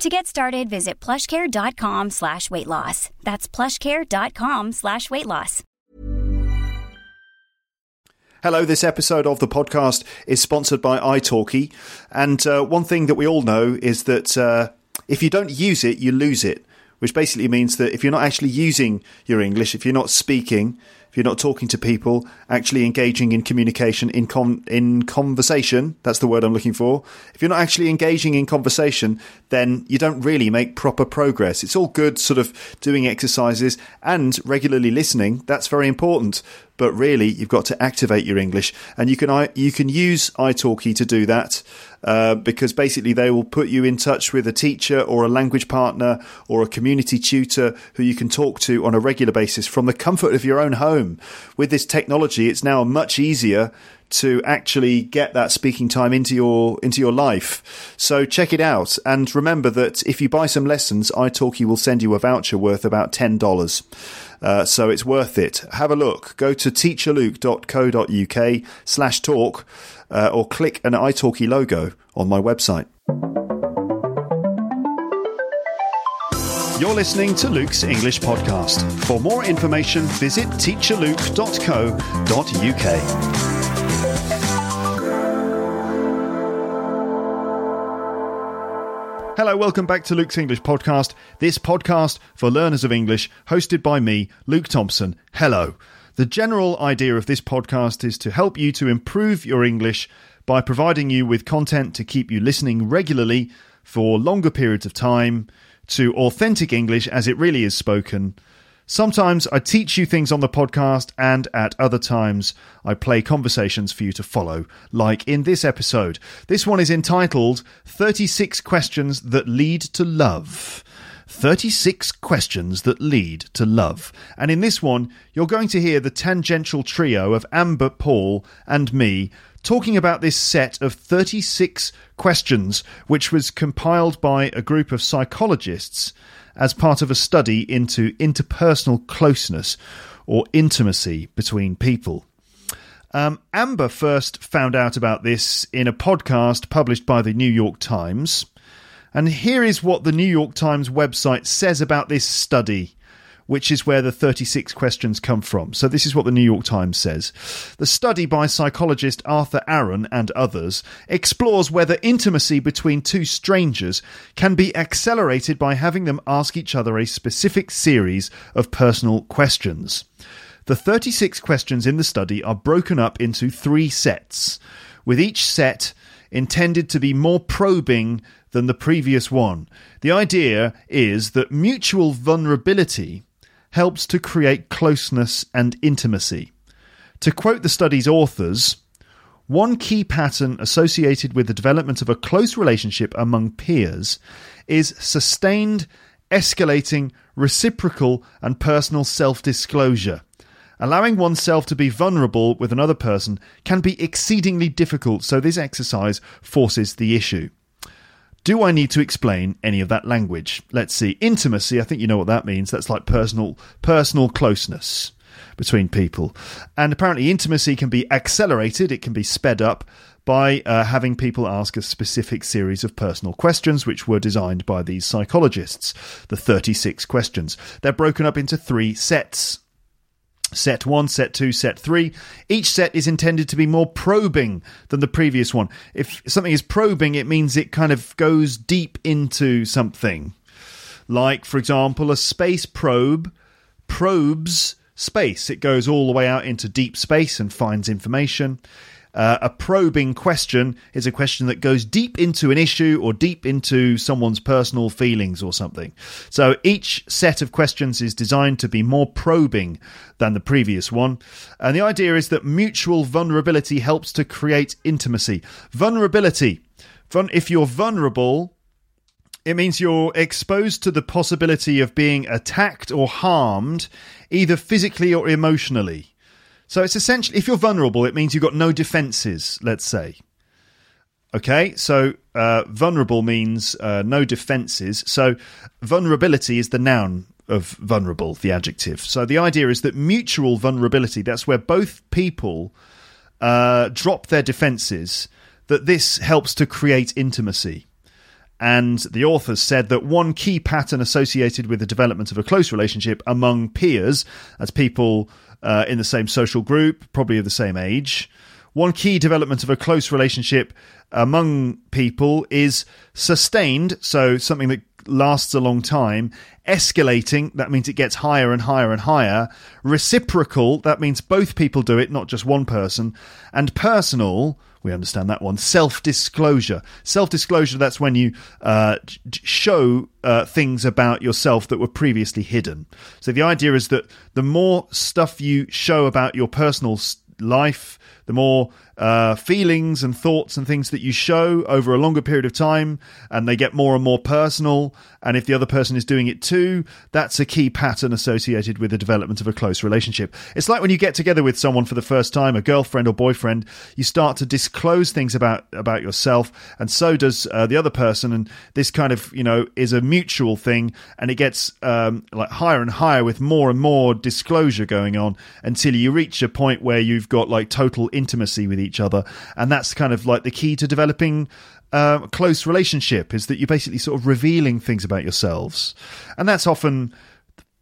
To get started, visit plushcare.com slash weight loss. That's plushcare.com slash weight loss. Hello, this episode of the podcast is sponsored by italki. And uh, one thing that we all know is that uh, if you don't use it, you lose it, which basically means that if you're not actually using your English, if you're not speaking, if you're not talking to people, actually engaging in communication, in con- in conversation, that's the word I'm looking for. If you're not actually engaging in conversation, then you don't really make proper progress. It's all good, sort of doing exercises and regularly listening. That's very important. But really, you've got to activate your English, and you can I, you can use italki to do that. Uh, because basically they will put you in touch with a teacher or a language partner or a community tutor who you can talk to on a regular basis from the comfort of your own home. With this technology, it's now much easier to actually get that speaking time into your into your life. So check it out and remember that if you buy some lessons, italki will send you a voucher worth about $10. Uh, so it's worth it. Have a look. Go to teacherluke.co.uk slash talk uh, or click an italki logo on my website. You're listening to Luke's English Podcast. For more information, visit teacherluke.co.uk. Hello, welcome back to Luke's English Podcast. This podcast for learners of English, hosted by me, Luke Thompson. Hello. The general idea of this podcast is to help you to improve your English by providing you with content to keep you listening regularly for longer periods of time to authentic English as it really is spoken. Sometimes I teach you things on the podcast, and at other times I play conversations for you to follow, like in this episode. This one is entitled 36 Questions That Lead to Love. 36 Questions That Lead to Love. And in this one, you're going to hear the tangential trio of Amber, Paul, and me talking about this set of 36 questions, which was compiled by a group of psychologists as part of a study into interpersonal closeness or intimacy between people. Um, Amber first found out about this in a podcast published by the New York Times. And here is what the New York Times website says about this study which is where the 36 questions come from. So, this is what the New York Times says. The study by psychologist Arthur Aaron and others explores whether intimacy between two strangers can be accelerated by having them ask each other a specific series of personal questions. The 36 questions in the study are broken up into three sets, with each set intended to be more probing than the previous one. The idea is that mutual vulnerability helps to create closeness and intimacy. To quote the study's authors, one key pattern associated with the development of a close relationship among peers is sustained, escalating, reciprocal, and personal self disclosure. Allowing oneself to be vulnerable with another person can be exceedingly difficult, so this exercise forces the issue. Do I need to explain any of that language? Let's see. Intimacy, I think you know what that means. That's like personal personal closeness between people. And apparently intimacy can be accelerated, it can be sped up by uh, having people ask a specific series of personal questions which were designed by these psychologists, the 36 questions. They're broken up into 3 sets. Set 1, Set 2, Set 3. Each set is intended to be more probing than the previous one. If something is probing, it means it kind of goes deep into something. Like, for example, a space probe probes space, it goes all the way out into deep space and finds information. Uh, a probing question is a question that goes deep into an issue or deep into someone's personal feelings or something. So each set of questions is designed to be more probing than the previous one. And the idea is that mutual vulnerability helps to create intimacy. Vulnerability. Vul- If you're vulnerable, It means you're exposed to the possibility of being attacked or harmed, either physically or emotionally. So it's essentially, if you're vulnerable, it means you've got no defenses, let's say. Okay, so uh, vulnerable means uh, no defenses. So vulnerability is the noun of vulnerable, the adjective. So the idea is that mutual vulnerability, that's where both people uh, drop their defenses, that this helps to create intimacy. And the authors said that one key pattern associated with the development of a close relationship among peers, as people uh, in the same social group, probably of the same age, one key development of a close relationship among people is sustained, so something that lasts a long time, escalating, that means it gets higher and higher and higher, reciprocal, that means both people do it, not just one person, and personal, we understand that one, self disclosure. Self disclosure, that's when you uh, j- j- show uh, things about yourself that were previously hidden. So the idea is that the more stuff you show about your personal s- life, the more uh, feelings and thoughts and things that you show over a longer period of time, and they get more and more personal. And if the other person is doing it too, that's a key pattern associated with the development of a close relationship. It's like when you get together with someone for the first time, a girlfriend or boyfriend, you start to disclose things about about yourself, and so does uh, the other person. And this kind of you know is a mutual thing, and it gets um, like higher and higher with more and more disclosure going on until you reach a point where you've got like total intimacy with each other, and that's kind of like the key to developing uh, close relationship is that you're basically sort of revealing things about yourselves, and that's often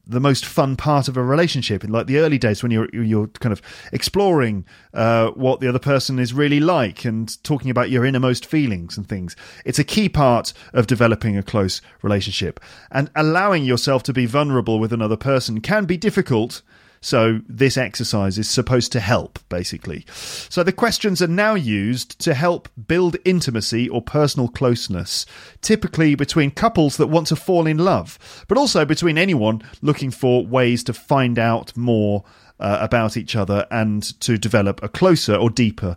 the most fun part of a relationship in like the early days when you're you're kind of exploring uh, what the other person is really like and talking about your innermost feelings and things. It's a key part of developing a close relationship and allowing yourself to be vulnerable with another person can be difficult. So this exercise is supposed to help basically. So the questions are now used to help build intimacy or personal closeness, typically between couples that want to fall in love, but also between anyone looking for ways to find out more uh, about each other and to develop a closer or deeper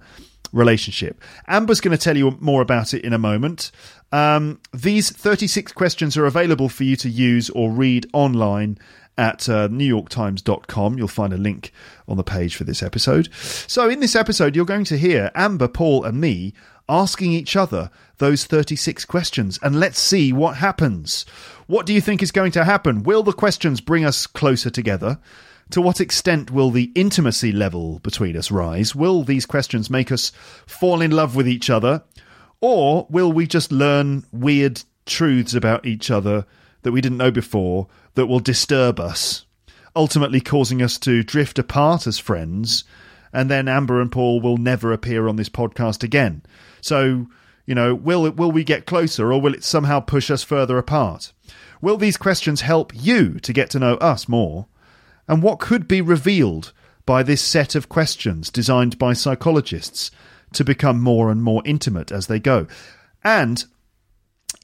relationship. Amber's going to tell you more about it in a moment. Um, these 36 questions are available for you to use or read online at uh, newyorktimes.com. You'll find a link on the page for this episode. So, in this episode, you're going to hear Amber, Paul, and me asking each other those 36 questions, and let's see what happens. What do you think is going to happen? Will the questions bring us closer together? To what extent will the intimacy level between us rise? Will these questions make us fall in love with each other? Or will we just learn weird truths about each other that we didn't know before that will disturb us, ultimately causing us to drift apart as friends? And then Amber and Paul will never appear on this podcast again. So, you know, will it, will we get closer or will it somehow push us further apart? Will these questions help you to get to know us more? and what could be revealed by this set of questions designed by psychologists to become more and more intimate as they go? And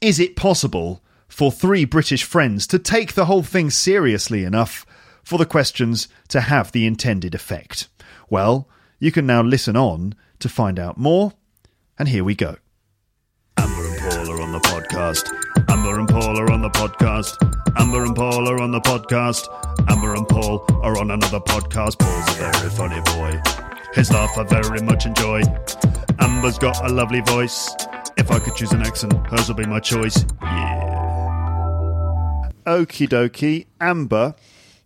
is it possible for three British friends to take the whole thing seriously enough for the questions to have the intended effect? Well, you can now listen on to find out more, and here we go. Amber and Paul are on the podcast. Amber and Paul are on the podcast. Amber and Paul are on the podcast. Amber and Paul are on another podcast. Paul's a very funny boy. His laugh I very much enjoy. Amber's got a lovely voice. If I could choose an accent, hers will be my choice. Yeah. Okie dokie, Amber,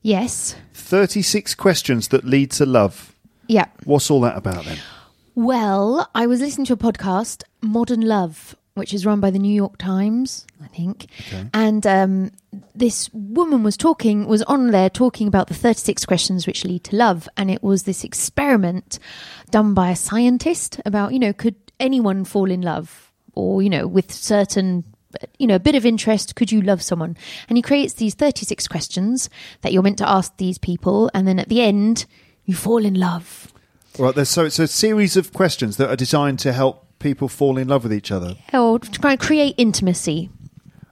Yes. 36 questions that lead to love. Yeah. What's all that about then? Well, I was listening to a podcast, Modern Love, which is run by the New York Times, I think. And um, this woman was talking, was on there talking about the 36 questions which lead to love. And it was this experiment done by a scientist about, you know, could anyone fall in love or, you know, with certain. You know, a bit of interest, could you love someone? And he creates these 36 questions that you're meant to ask these people. And then at the end, you fall in love. Right, there's, so it's a series of questions that are designed to help people fall in love with each other. or to try and create intimacy.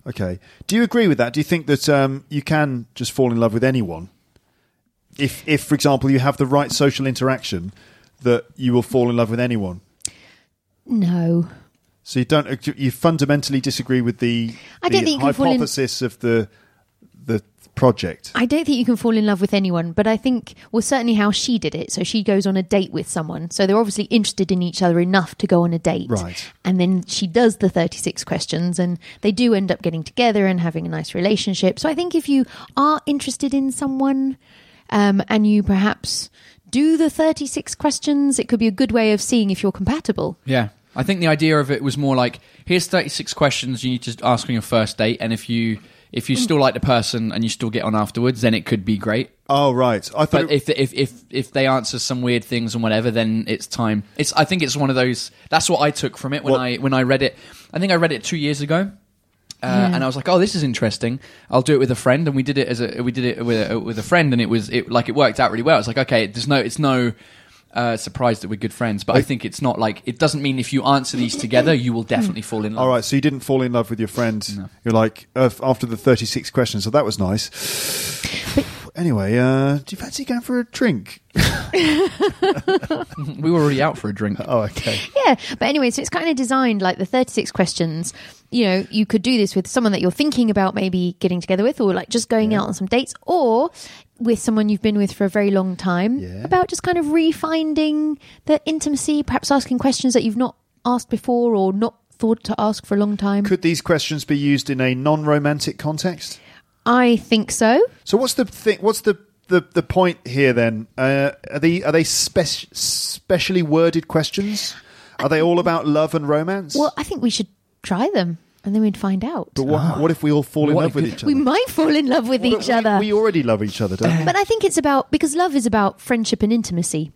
Okay. Do you agree with that? Do you think that um, you can just fall in love with anyone? If, if, for example, you have the right social interaction, that you will fall in love with anyone. No, So you don't you fundamentally disagree with the, I don't the think you can fall in- hypothesis of the the project. I don't think you can fall in love with anyone, but I think, well, certainly how she did it. So she goes on a date with someone. So they're obviously interested in each other enough to go on a date. Right. And then she does the 36 questions and they do end up getting together and having a nice relationship. So I think if you are interested in someone um, and you perhaps do the 36 questions, it could be a good way of seeing if you're compatible. Yeah. I think the idea of it was more like here's 36 questions you need to ask on your first date and if you if you still like the person and you still get on afterwards then it could be great. Oh right, I thought. But if if if if they answer some weird things and whatever then it's time. It's I think it's one of those that's what I took from it when Well- I when I read it. I think I read it 2 years ago. Uh, And I was like, "Oh, this is interesting. I'll do it with a friend." And we did it as a we did it with a, with a friend, and it was it like it worked out really well. It's like, okay, there's no it's no uh, surprise that we're good friends, but I think it's not like it doesn't mean if you answer these together, you will definitely fall in love. all right, so you didn't fall in love with your friend. You're like uh, f- after the thirty-six questions, so that was nice. anyway, uh, do you fancy going for a drink? We were already out for a drink. Oh, okay. Yeah, but anyway, so it's kind of designed like the 36 questions. You know, you could do this with someone that you're thinking about maybe getting together with, or like just going out on some dates, or with someone you've been with for a very long time Yeah. about just kind of refinding the intimacy, perhaps asking questions that you've not asked before or not thought to ask for a long time. Could these questions be used in a non-romantic context? I think so. So what's the thing? What's the the, the point here then? Uh, are they are they spec- specially worded questions? Are they all about love and romance? Well, I think we should try them and then we'd find out. but what, what if we all fall in What love a with good- each Ah. We other? might fall in love with each We- other. Uh, We already love each other, don't we? But I think it's about because love is about friendship and intimacy.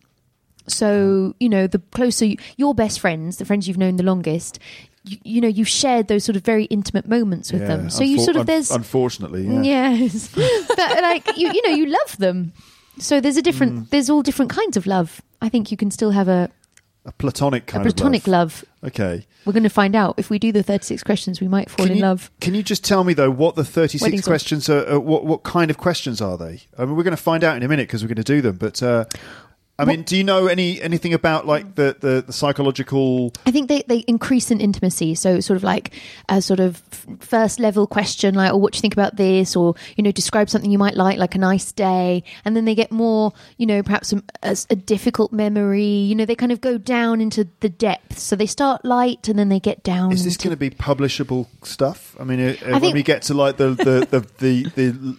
So you know, the closer you, your best friends, the friends you've known the longest, you, you know, you've shared those sort of very intimate moments with them. So you unfor- sort of un- there's unfortunately, yeah. yes, but like you, you know, you love them. So there's a different, Mm. there's all different kinds of love. I think you can still have a, a platonic kind a platonic of love. love. Okay, We're going to find out if we do the 36 questions, we might fall can in you, love. Can you just tell me though what the thirty-six Wedding song. questions are? Uh, what what kind of questions are they? I mean, we're going to find out in a minute because we're going to do them. But uh, I mean, do you know any anything about like the the, the psychological? I think they, they increase in intimacy. So it's sort of like a sort of f- first level question, like, oh, what do you think about this? Or, you know, describe something you might like, like a nice day. And then they get more, you know, perhaps some, a, a difficult memory. You know, they kind of go down into the depths. So they start light and then they get down. Is this into- going to be publishable stuff? I mean, uh, uh, Mm. I when think- we get to like the the the, the, the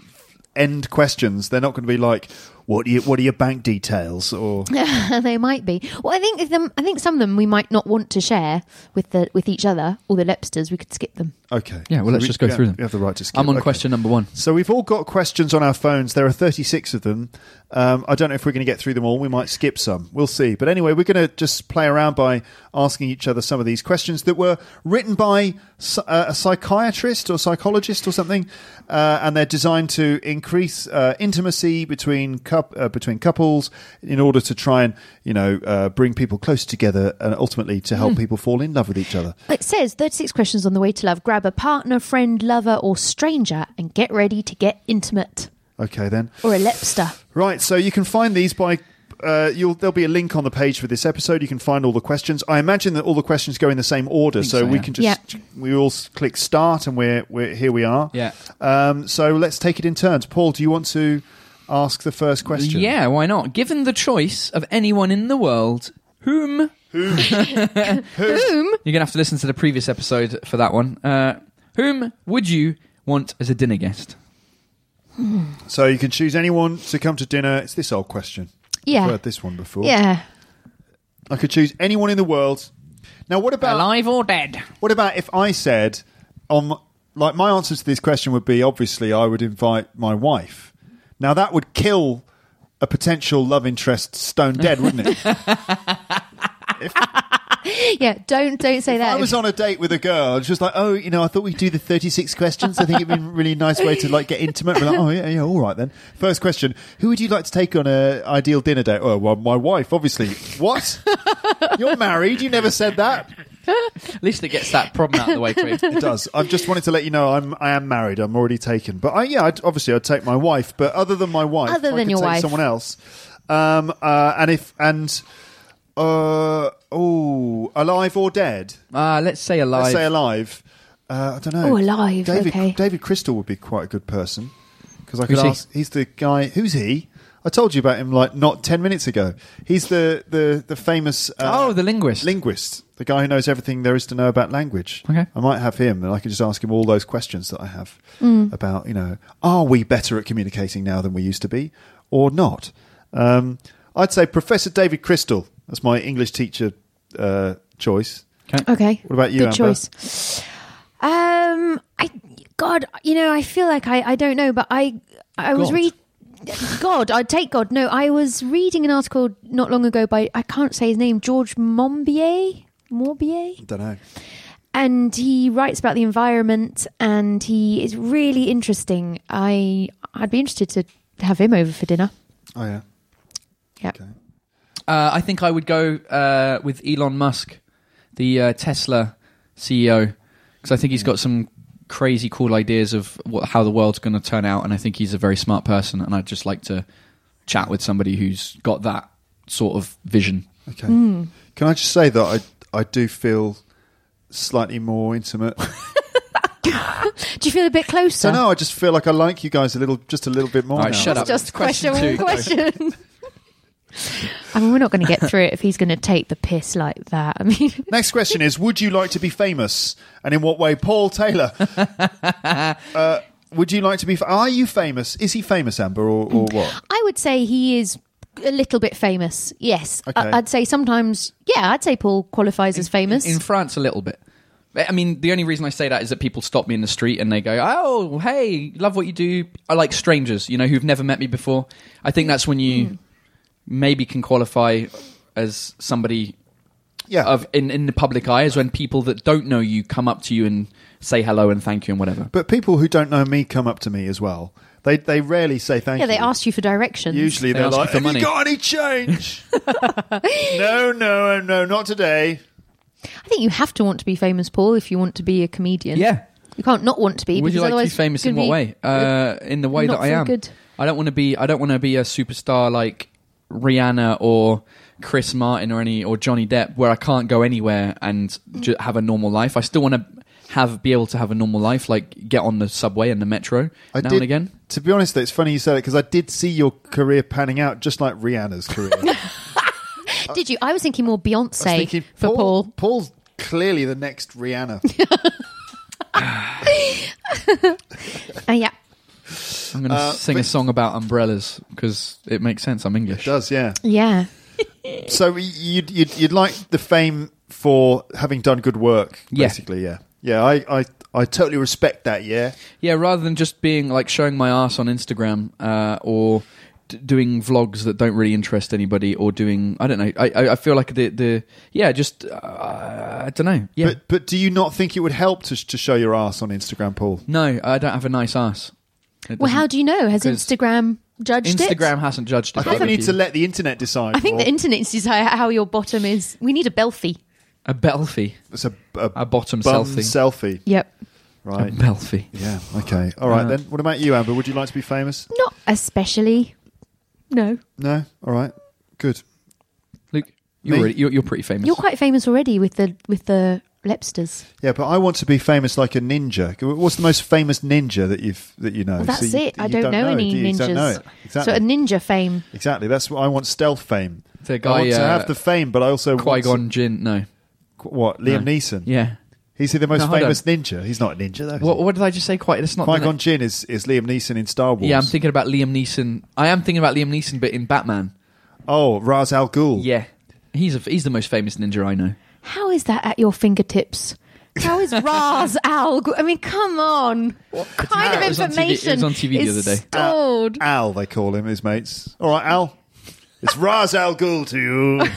end questions, they're not going to be like what are you, what are your bank details or they might be. Well, I think if them, I think some of them we might not want to share with the with each other or the Lepsters. We could skip them. okay. Yeah, well, So let's we- just go we have- through them. We have the right to. Skip. I'm on Okay. question number one. So we've all got questions on our phones. There are 36 of them. Um, I don't know if we're going to get through them all. We might skip some. We'll see. But anyway, we're going to just play around by asking each other some of these questions that were written by s- uh, a psychiatrist or psychologist or something, uh, and they're designed to increase uh, intimacy between cup uh, between couples in order to try and you know uh, bring people closer together and ultimately to Hmm. help people fall in love with each other. It says 36 questions on the way to love. Grab a partner, friend, lover, or stranger and get ready to get intimate. Okay, then. or a lepster. Right, so you can find these by. Uh, you'll, there'll be a link on the page for this episode. You can find all the questions. I imagine that all the questions go in the same order, so, so, we yeah. can just we all s- click start and we're, we're here. We are. Yeah. Um, so let's take it in turns. Paul, do you want to ask the first question? Yeah, why not? Given the choice of anyone in the world, whom Boom! You're gonna have to listen to the previous episode for that one. Uh, whom would you want as a dinner guest? So you can choose anyone to come to dinner. It's this old question. I've Yeah. heard this one before. Yeah. I could choose anyone in the world. Now, what about Alive or dead? What about if I said, um, like my answer to this question would be obviously I would invite my wife. Now that would kill a potential love interest stone dead, wouldn't it? if Yeah. Don't don't say that. I was on a date with a girl, I was just like, oh, you know, I thought we'd do the thirty-six questions. I think it'd be a really nice way to like get intimate. We're like, oh yeah, yeah, all right then. First question: Who would you like to take on a ideal dinner date? Oh, well, my wife, obviously. What? You're married. You never said that. At least it gets that problem out of the way quick. It does. I just wanted to let you know I'm I am married. I'm already taken. But I yeah, I'd, obviously I'd take my wife. But other than my wife, Other I than could your take wife. someone else. Um, uh, and if and Uh, oh, alive or dead? Uh, let's say alive. Let's say alive. Uh, I don't know. Oh, alive, David, okay. David Crystal would be quite a good person because I could Who's he? ask. He's the guy. Who's he? I told you about him like not ten minutes ago. He's the the the famous. Uh, Oh, the linguist. Linguist, the guy who knows everything there is to know about language. Okay. I might have him, and I can just ask him all those questions that I have Hmm. about you know, are we better at communicating now than we used to be, or not? Um, I'd say Professor David Crystal. That's my English teacher uh, choice. Okay. What about you, Good Amber? choice. Um, I God, you know, I feel like I I don't know, but I I was God. read. God, I'd take God. No, I was reading an article not long ago by I can't say his name, George Mombier, Morbier, Don't know. and he writes about the environment, and he is really interesting. I I'd be interested to have him over for dinner. Oh yeah. Yeah, Uh, I think I would go uh, with Elon Musk, the uh, Tesla CEO, because I think he's got some crazy cool ideas of what, how the world's going to turn out, and I think he's a very smart person, and I'd just like to chat with somebody who's got that sort of vision. Okay. Hmm. Can I just say that I I do feel slightly more intimate. do you feel a bit closer? so now I just feel like I like you guys a little, just a little bit more. All right, now. shut up. It's just It's question question one two. question. I mean, we're not going to get through it if he's going to take the piss like that. I mean, Next question is: Would you like to be famous, and in what way? Paul Taylor. uh, would you like to be? Fa- are you famous? Is he famous, Amber, or, or what? I would say he is a little bit famous. Yes, Okay. I- I'd say sometimes. Yeah, I'd say Paul qualifies as famous. In, in France, a little bit. I mean, the only reason I say that is that people stop me in the street and they go, "Oh, hey, love what you do." I like strangers, you know, who've never met me before. I think that's when you maybe can qualify as somebody Yeah. of in, in the public eye is when people that don't know you come up to you and say hello and thank you and whatever. but people who don't know me come up to me as well. They they rarely say thank yeah, you. they asked you for directions. Usually They they are ask you like, for "Have money." you got any change?" no, no, no, not today. I think you have to want to be famous, Paul, if you want to be a comedian. Yeah. you can't not want to be. Would because you like to be otherwise famous you're in what gonna way? be- Uh, in the way not that I very am. good. I don't want to be. I don't want to be a superstar like Rihanna or Chris Martin or any or Johnny Depp, where I can't go anywhere and ju- have a normal life. I still want to have be able to have a normal life, like get on the subway and the metro I now did, and again. To be honest, though, it's funny you say that because I did see your career panning out just like Rihanna's career. I was Did you? I was thinking more Beyonce thinking, for Paul. Paul's clearly the next Rihanna. Uh, yeah, I'm going to Uh, sing a song about umbrellas because it makes sense. I'm English. Does yeah. yeah. So you'd, you'd you'd like the fame for having done good work, Yeah. basically. Yeah, yeah. I, I I totally respect that. Yeah. Yeah, rather than just being like showing my ass on Instagram uh, or d- doing vlogs that don't really interest anybody or doing I don't know. I I, I feel like the the yeah just uh, I don't know. Yeah, But but do you not think it would help to to show your ass on Instagram, Paul? no, I don't have a nice ass. It Well, how do you know? Has 'Cause Instagram judged it? Instagram hasn't judged it. I think we but need if to you- let the internet decide. I think Paul. the internet sees how, how your bottom is. We need a belfie. a belfie, it's a, a, a bottom bum selfie, selfie, Yep. a right? belfie. Yeah. Okay. All right Uh, then. What about you, Amber? Would you like to be famous? Not especially. No. No. All right. Good. Luke, you're, Me? already, you're you're pretty famous. You're quite famous already with the with the Lepsters. Yeah, but I want to be famous like a ninja. What's the most famous ninja that you've that you know? Well, Oh, So that's you- it. I you don't, know do any you? You ninjas. don't know it. Exactly. So a ninja fame. Exactly. That's what I want. Stealth fame. The I guy, want to uh, have the fame, but I also Qui want to- Gon Jinn. No, Qu- what? Liam No. Neeson. yeah. He's the most No, hold famous ninja. He's not a ninja though. What, what did I just say? Quite. It's not Qui Gon Jinn is, is Liam Neeson in Star Wars. Yeah, I'm thinking about Liam Neeson. I am thinking about Liam Neeson, but in Batman. Oh, Ra's al Ghul. Yeah, he's a, he's the most famous ninja I know. How is that at your fingertips? How is Raz Al? I mean, come on. What kind It of was on TV it information was on TV the is other day. stored? Al, they call him. His mates. All right, Al. It's Ra's al Ghul to you.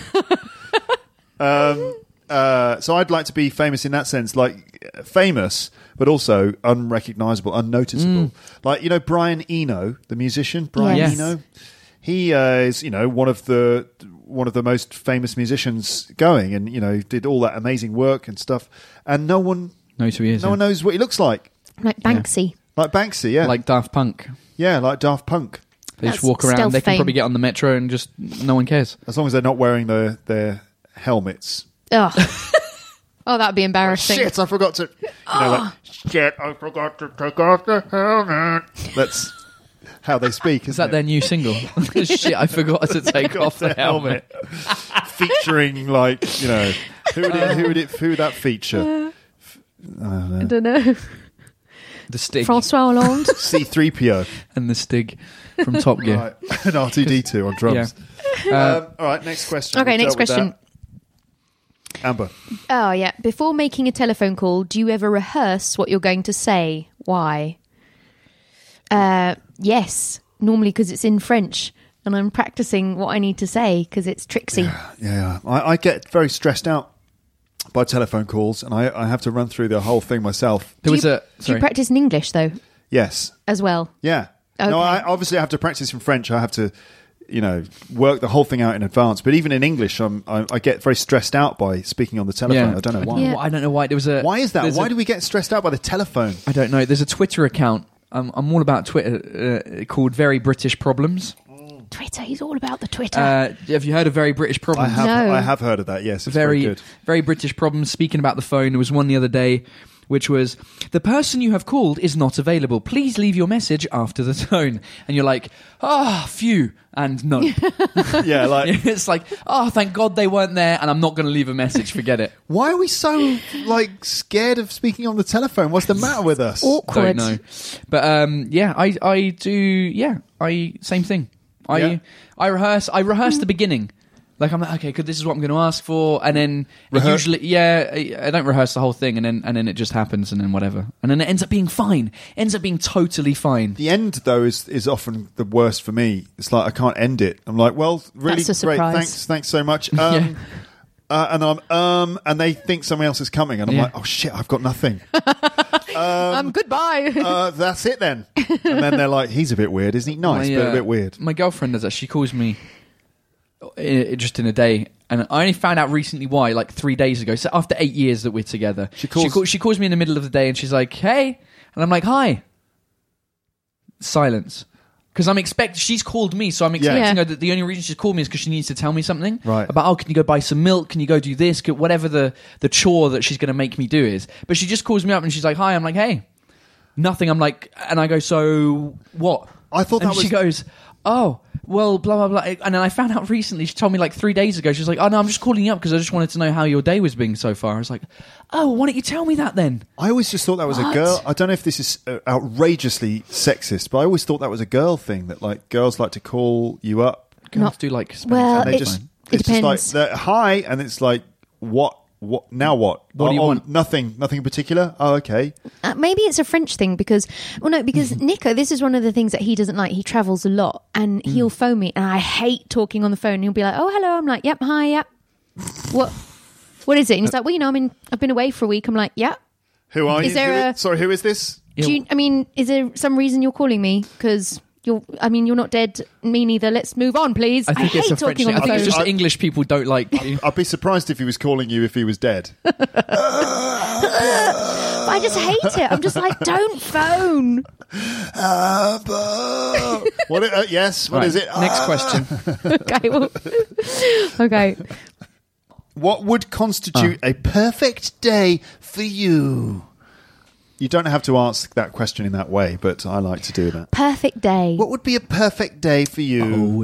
um, uh, so I'd like to be famous in that sense, like uh, famous, but also unrecognizable, unnoticeable. Like you know, Brian Eno, the musician. Brian Yes. Eno. He uh, is, you know, one of the one of the most famous musicians going, and you know, did all that amazing work and stuff, and no one, No, two years. no one knows what he looks like. like Banksy. Like Banksy, yeah, Like Daft Punk, yeah, like Daft Punk. they just That's walk around. stealth They can fame. probably get on the metro and just no one cares. As long as they're not wearing the, their helmets. Oh, oh that'd be embarrassing. Shit, I forgot to. You know what? Shit, I forgot to take off the helmet. That's how they speak. Is that their new single? Shit, I forgot to take off the helmet. featuring like you know who would it, who would it who would that feature? I don't know. The stig Francois Hollande. C three PO, and the stig from Top Gear. right? And R two D two on drums. Um, all right, next question. Okay, We've next dealt with question. that. Amber, Oh yeah. Before making a telephone call, do you ever rehearse what you're going to say? Why? Uh, yes. Normally because it's in French, and I'm practicing what I need to say because it's tricksy. yeah, I, I get very stressed out by telephone calls, and I, I have to run through the whole thing myself. do There was you, a do you sorry. practice in English though Yes, as well? Yeah. Okay. No, I obviously I have to practice in French. I have to, you know, work the whole thing out in advance. But even in English, I'm, I, I get very stressed out by speaking on the telephone. I don't know why. Yeah. I don't know why. There was a. Why is that? there's Why a- do we get stressed out by the telephone? I don't know. There's a Twitter account. I'm, I'm all about Twitter uh, called Very British Problems. Twitter. He's all about the Twitter. Uh, have you heard of Very British Problems? I have, No. I have heard of that. Yes, it's very, very good. very British problem. Speaking about the phone, there was one the other day, which was the person you have called is not available. Please leave your message after the tone. And you're like, ah, phew, and no. Yeah, like it's like, oh, thank God they weren't there, and I'm not going to leave a message. Forget it. why are we so like scared of speaking on the telephone? What's the matter with us? Don't Awkward. know. But um, yeah, I I do. Yeah, I same thing. I Yeah. I rehearse. I rehearse the beginning. Like I'm like, okay, good. This is what I'm going to ask for, and then it Rehear- usually, yeah, I, I don't rehearse the whole thing, and then and then it just happens, and then whatever, and then it ends up being fine. Ends up being totally fine. The end though is is often the worst for me. It's like I can't end it. I'm like, well, really That's a great. surprise. Thanks, thanks so much. Um, uh, and I'm um, and they think someone else is coming, and I'm Yeah. like, oh shit, I've got nothing. Um, goodbye. uh, that's it then. And then they're like, he's a bit weird, isn't he? Nice, My, but a uh, bit weird. My girlfriend does that. She calls me uh, just in a day, and I only found out recently why, like three days ago. So after eight years that we're together, she calls- She, call, she calls me in the middle of the day, and she's like, "Hey," and I'm like, "Hi." Silence. Because I'm expect she's called me, so I'm expecting Yeah. her that the only reason she's called me is because she needs to tell me something Right. about oh, can you go buy some milk? Can you go do this? Could, whatever the the chore that she's going to make me do is. But she just calls me up and she's like, "Hi," I'm like, "Hey," nothing. I'm like, and I go, "So what?" I thought and that she was- goes, "Oh, well, blah blah blah." And then I found out recently. She told me like three days ago. She's like, "Oh no, I'm just calling you up because I just wanted to know how your day was being so far." I was like, "Oh, why don't you tell me that then?" I always just thought that was a What? girl. I don't know if this is uh, outrageously sexist, but I always thought that was a girl thing that like girls like to call you up. Girls Not- do like spend well, time They It's- just Uh, it it's just like depends. they're, hi, and it's like what what now what Oh, What do you want? Nothing, nothing in particular. Oh, okay. Uh, maybe it's a French thing because, well, no, because Mm-hmm. Nico, this is one of the things that he doesn't like. He travels a lot and Mm. he'll phone me, and I hate talking on the phone. He'll be like, "Oh, hello." I'm like, "Yep, hi, yep." What? What is it? And he's Uh, like, "Well, you know, I mean, I've been away for a week." I'm like, "Yeah." Who are Is you? there Who- a- Sorry, who is this? Do you, I mean, is there some reason you're calling me? Because you're, I mean, you're not dead. Me neither. Let's move on, please. I, I think hate it's a French talking on thing. I the think phone. it's just I- English people don't like. I'd be surprised if he was calling you if he was dead. But I just hate it. I'm just like, don't phone. Amber. what? i- uh, yes. What Right, is it? Next Ah. question. Okay. Well, okay. What would constitute Ah. a perfect day for you? You don't have to ask that question in that way, but I like to do that. Perfect day. What would be a perfect day for you? Oh,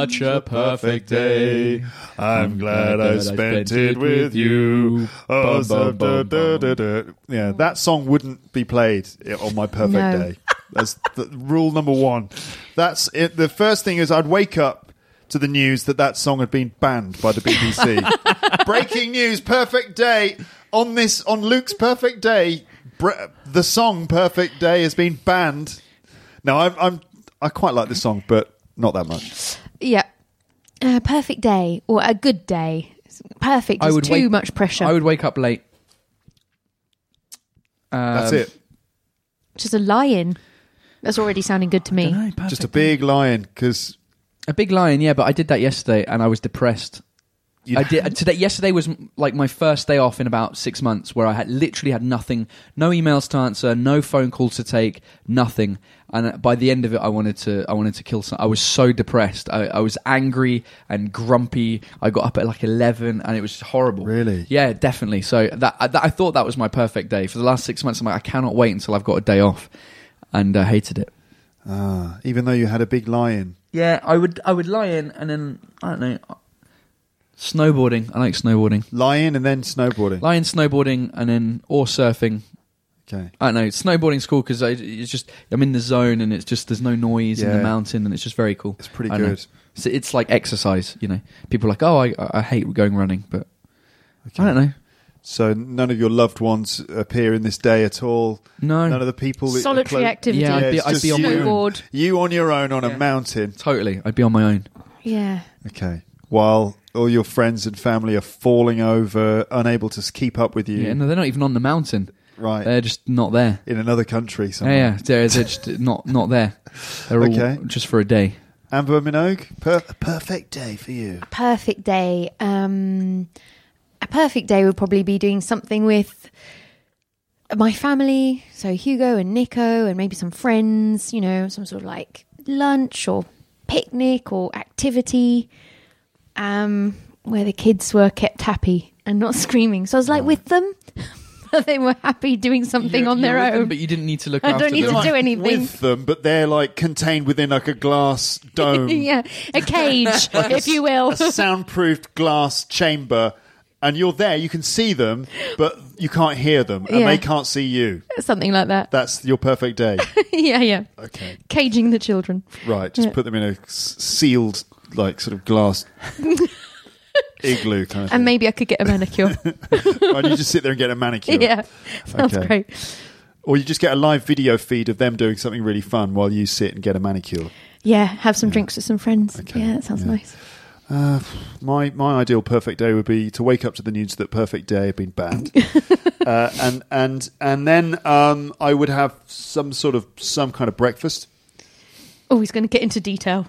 it's such a perfect day. I'm glad Mm, I spent it with you. Oh, Bum, so bum, da, bum, da, da, da. Yeah, that song wouldn't be played i- on my perfect No. day. That's the, rule number one. That's it. The first thing is I'd wake up to the news that that song had been banned by the BBC. Breaking news: Perfect Day on this on Luke's perfect day. Bre- the song "Perfect Day" has been banned. Now I'm, I'm I quite like this song, but not that much. Yeah. A perfect day or a good day. Perfect I is would too wake- much pressure. I would wake up late. That's Um, it. Just a lie in. That's already sounding good to me. dunno, perfect Just a big lion because A big lion, yeah, but I did that yesterday and I was depressed. you I did today. Yesterday was m- like my first day off in about six months, where I had literally had nothing, no emails to answer, no phone calls to take, nothing. And uh, by the end of it, I wanted to, I wanted to kill. Some, I was so depressed. I, I was angry and grumpy. I got up at like eleven, and it was horrible. Really? Yeah, definitely. So that, I- that I thought that was my perfect day for the last six months. I'm like, I cannot wait until I've got a day off, and I hated it. Ah, even though you had a big lie in. Yeah, I would, I would lie in, and then I don't know. Snowboarding. I like snowboarding. Lie in and then snowboarding. Lion snowboarding and then or surfing. okay. I don't know. Snowboarding's cool because it's just I'm in the zone and it's just there's no noise in Yeah. the mountain and it's just very cool. It's pretty I don't know. good. It's, it's like exercise, you know. People are like, oh, I I hate going running, but Okay. I don't know. So none of your loved ones appear in this day at all. No. None of the people. that are Solitary clo- activity. Yeah, I'd be- it's I'd just be on Oh my you. own. Snowboard. You on your own on Yeah. a mountain. Totally, I'd be on my own. Yeah. Okay. While all your friends and family are falling over, unable to s- keep up with you. Yeah, no, they're not even on the mountain. Right. They're just not there. in another country Yeah, somewhere. yeah, they're, they're just not not there. They're Okay. all just for a day. Amber Minogue, per- a perfect day for you. perfect day. Um, a perfect day would probably be doing something with my family, so Hugo and Nico, and maybe some friends. You know, some sort of like lunch or picnic or activity, um, where the kids were kept happy and not screaming. So I was like with them, but they were happy doing something You're- on their you're with them, own. but you didn't need to look. I after don't need them. to do anything. With them, but they're like contained within like a glass dome, yeah, a cage, if you will. a soundproofed glass chamber, and you're there. You can see them, but you can't hear them, and Yeah. they can't see you. Something like that. That's your perfect day. yeah, yeah. Okay, Caging the children. right. Just Yeah. put them in a s- sealed, like sort of glass igloo kind of thing, And maybe I could get a manicure. and you just sit there and get a manicure. yeah. Sounds Okay. great. Or you just get a live video feed of them doing something really fun while you sit and get a manicure. Yeah, have some drinks with some friends. Okay. Yeah, that sounds Yeah. nice. Uh, my my ideal perfect day would be to wake up to the news that Perfect Day had been banned, uh, and and and then um, I would have some sort of some kind of breakfast, Oh, he's going to get into detail.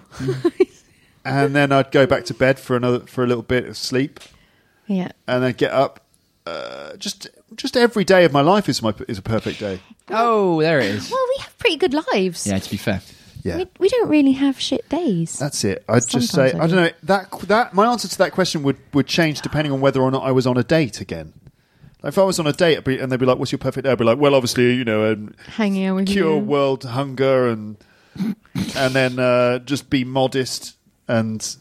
and then I'd go back to bed for another for a little bit of sleep, Yeah. and then get up. Uh, just just every day of my life is my is a perfect day. Oh, there it is. Well, we have pretty good lives. Yeah, to be fair. Yeah, We, we don't really have shit days. that's it. I'd just say Sometimes I I don't do. know that that my answer to that question would would change depending on whether or not I was on a date again. Like if I was on a date I'd be- and they'd be like, "What's your perfect day?" I'd be like, "Well, obviously, you know." Um, Hanging out with cure you. world hunger and and then uh, just be modest and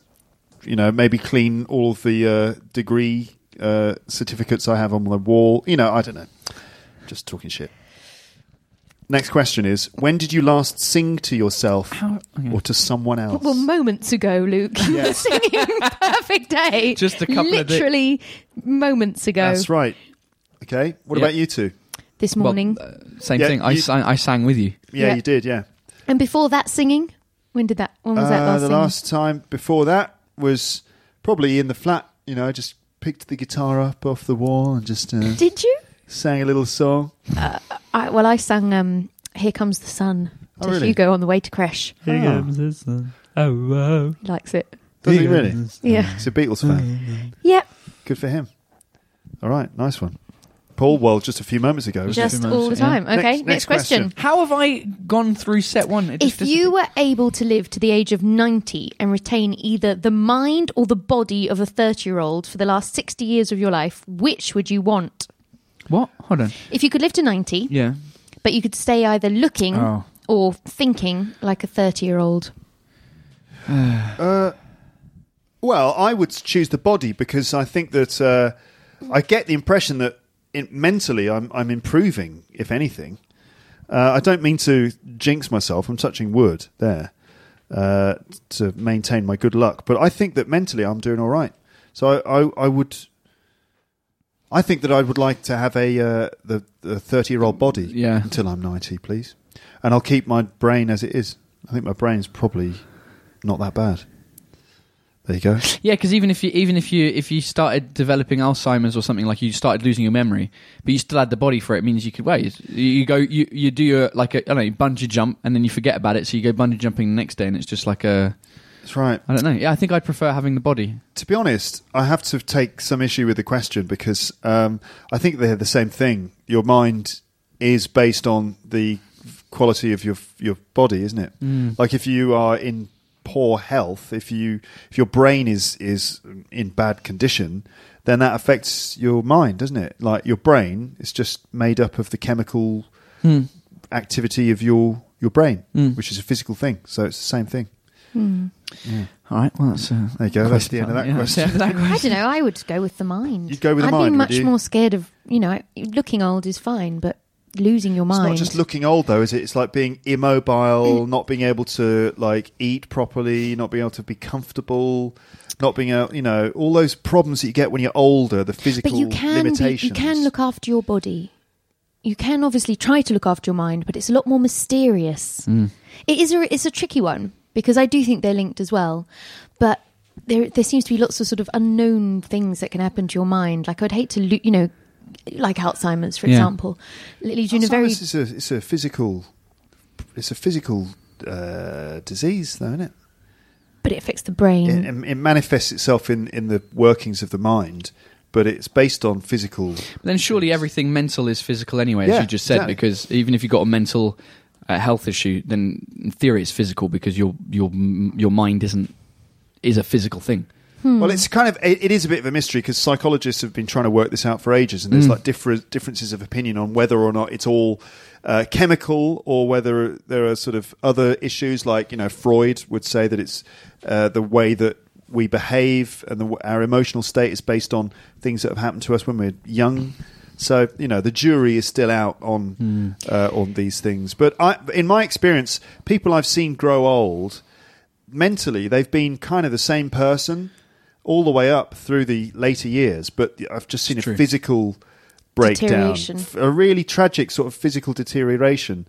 you know maybe clean all of the uh, degree uh, certificates I have on the wall. You know, I don't know. Just talking shit. Next question is: When did you last sing to yourself or to someone else? Well, moments ago, Luke, you were Yes. singing Perfect Day. Just a couple of di- Literally moments ago. That's right. Okay. What Yeah. about you two? This morning. Well, uh, same Yeah, thing. I, you- sang, I sang with you. Yeah, Yeah. you did. Yeah. and before that singing? When did that? When was that Uh, last the singing? last time before that was probably in the flat. You know, I just picked the guitar up off the wall and just uh, Did you? sang a little song. I, well, I sang um, Here Comes the Sun Oh, to really? Hugo on the way to crash. Ah, Oh, wow. He likes it. does he really? Yeah. He's a Beatles fan. Yep. Good for him. All right, nice one. Paul Well, just a few moments ago. wasn't Just moments, all the yeah. time. Okay, Next- next, next question. question. How have I gone through set one? It If just you were able to live to the age of 90 and retain either the mind or the body of a 30 year old for the last 60 years of your life, which would you want? What? Hold on. If you could live to 90, Yeah. but you could stay either looking Oh. or thinking like a 30 year old. Well, I would choose the body because I think that uh, I get the impression that it, mentally I'm, I'm improving, if anything. Uh, I don't mean to jinx myself. I'm touching wood there uh, to maintain my good luck, but I think that mentally I'm doing all right. So I, I, I would. I think that I would like to have a uh, the the thirty year old body Yeah. until I'm ninety, please, and I'll keep my brain as it is. I think my brain's probably not that bad. There you go. Yeah, because even if you even if you if you started developing Alzheimer's or something like you started losing your memory, but you still had the body for it, it means you could wait. You- You go you you do a like a I don't know you bungee jump and then you forget about it, so you go bungee jumping the next day and it's just like a That's right. I don't know. Yeah, I think I'd prefer having the body. To be honest, I have to take some issue with the question because um, I think they're the same thing. Your mind is based on the quality of your your body, isn't it? Like if you are in poor health, if you if your brain is is in bad condition, then that affects your mind, doesn't it? Like your brain is just made up of the chemical activity of your your brain, which is a physical thing. So it's the same thing. All right. Well, that's uh, There you go. That's the end of that yeah, that's the question. end of that question. I don't know. I would go with the mind. You'd go with the I'd mind, be would much you? more scared of you know looking old is fine, but losing your It's mind. not just looking old though, is it? It's like being immobile, not being able to like eat properly, not being able to be comfortable, not being able, you know, all those problems that you get when you're older, the physical but you can be, you limitations. can look after your body. You can obviously try to look after your mind, but it's a lot more mysterious. It is a it's a tricky one because I do think they're linked as well, but there there seems to be lots of sort of unknown things that can happen to your mind. Like I'd hate to lo- you know, like Alzheimer's for Yeah. example, it leaves you in a very Alzheimer's is a, it's a physical, it's a physical uh, disease, though, isn't it? but it affects the brain. It, it manifests itself in in the workings of the mind, but it's based on physical. But then surely everything mental is physical anyway, Yeah, as you just said, exactly. because even if you've got a mental uh, health issue, then in theory it's physical because your your your mind isn't is a physical thing. Well, it's kind of it, it is a bit of a mystery because psychologists have been trying to work this out for ages, and there's like different differences of opinion on whether or not it's all uh, chemical or whether there are sort of other issues. Like you know, Freud would say that it's uh, the way that we behave and the, w- our emotional state is based on things that have happened to us when we're young. So you know, the jury is still out on uh, on these things. But I, in my experience, people I've seen grow old mentally they've been kind of the same person all the way up through the later years but i've just seen a physical breakdown Deterioration. f- a really tragic sort of physical deterioration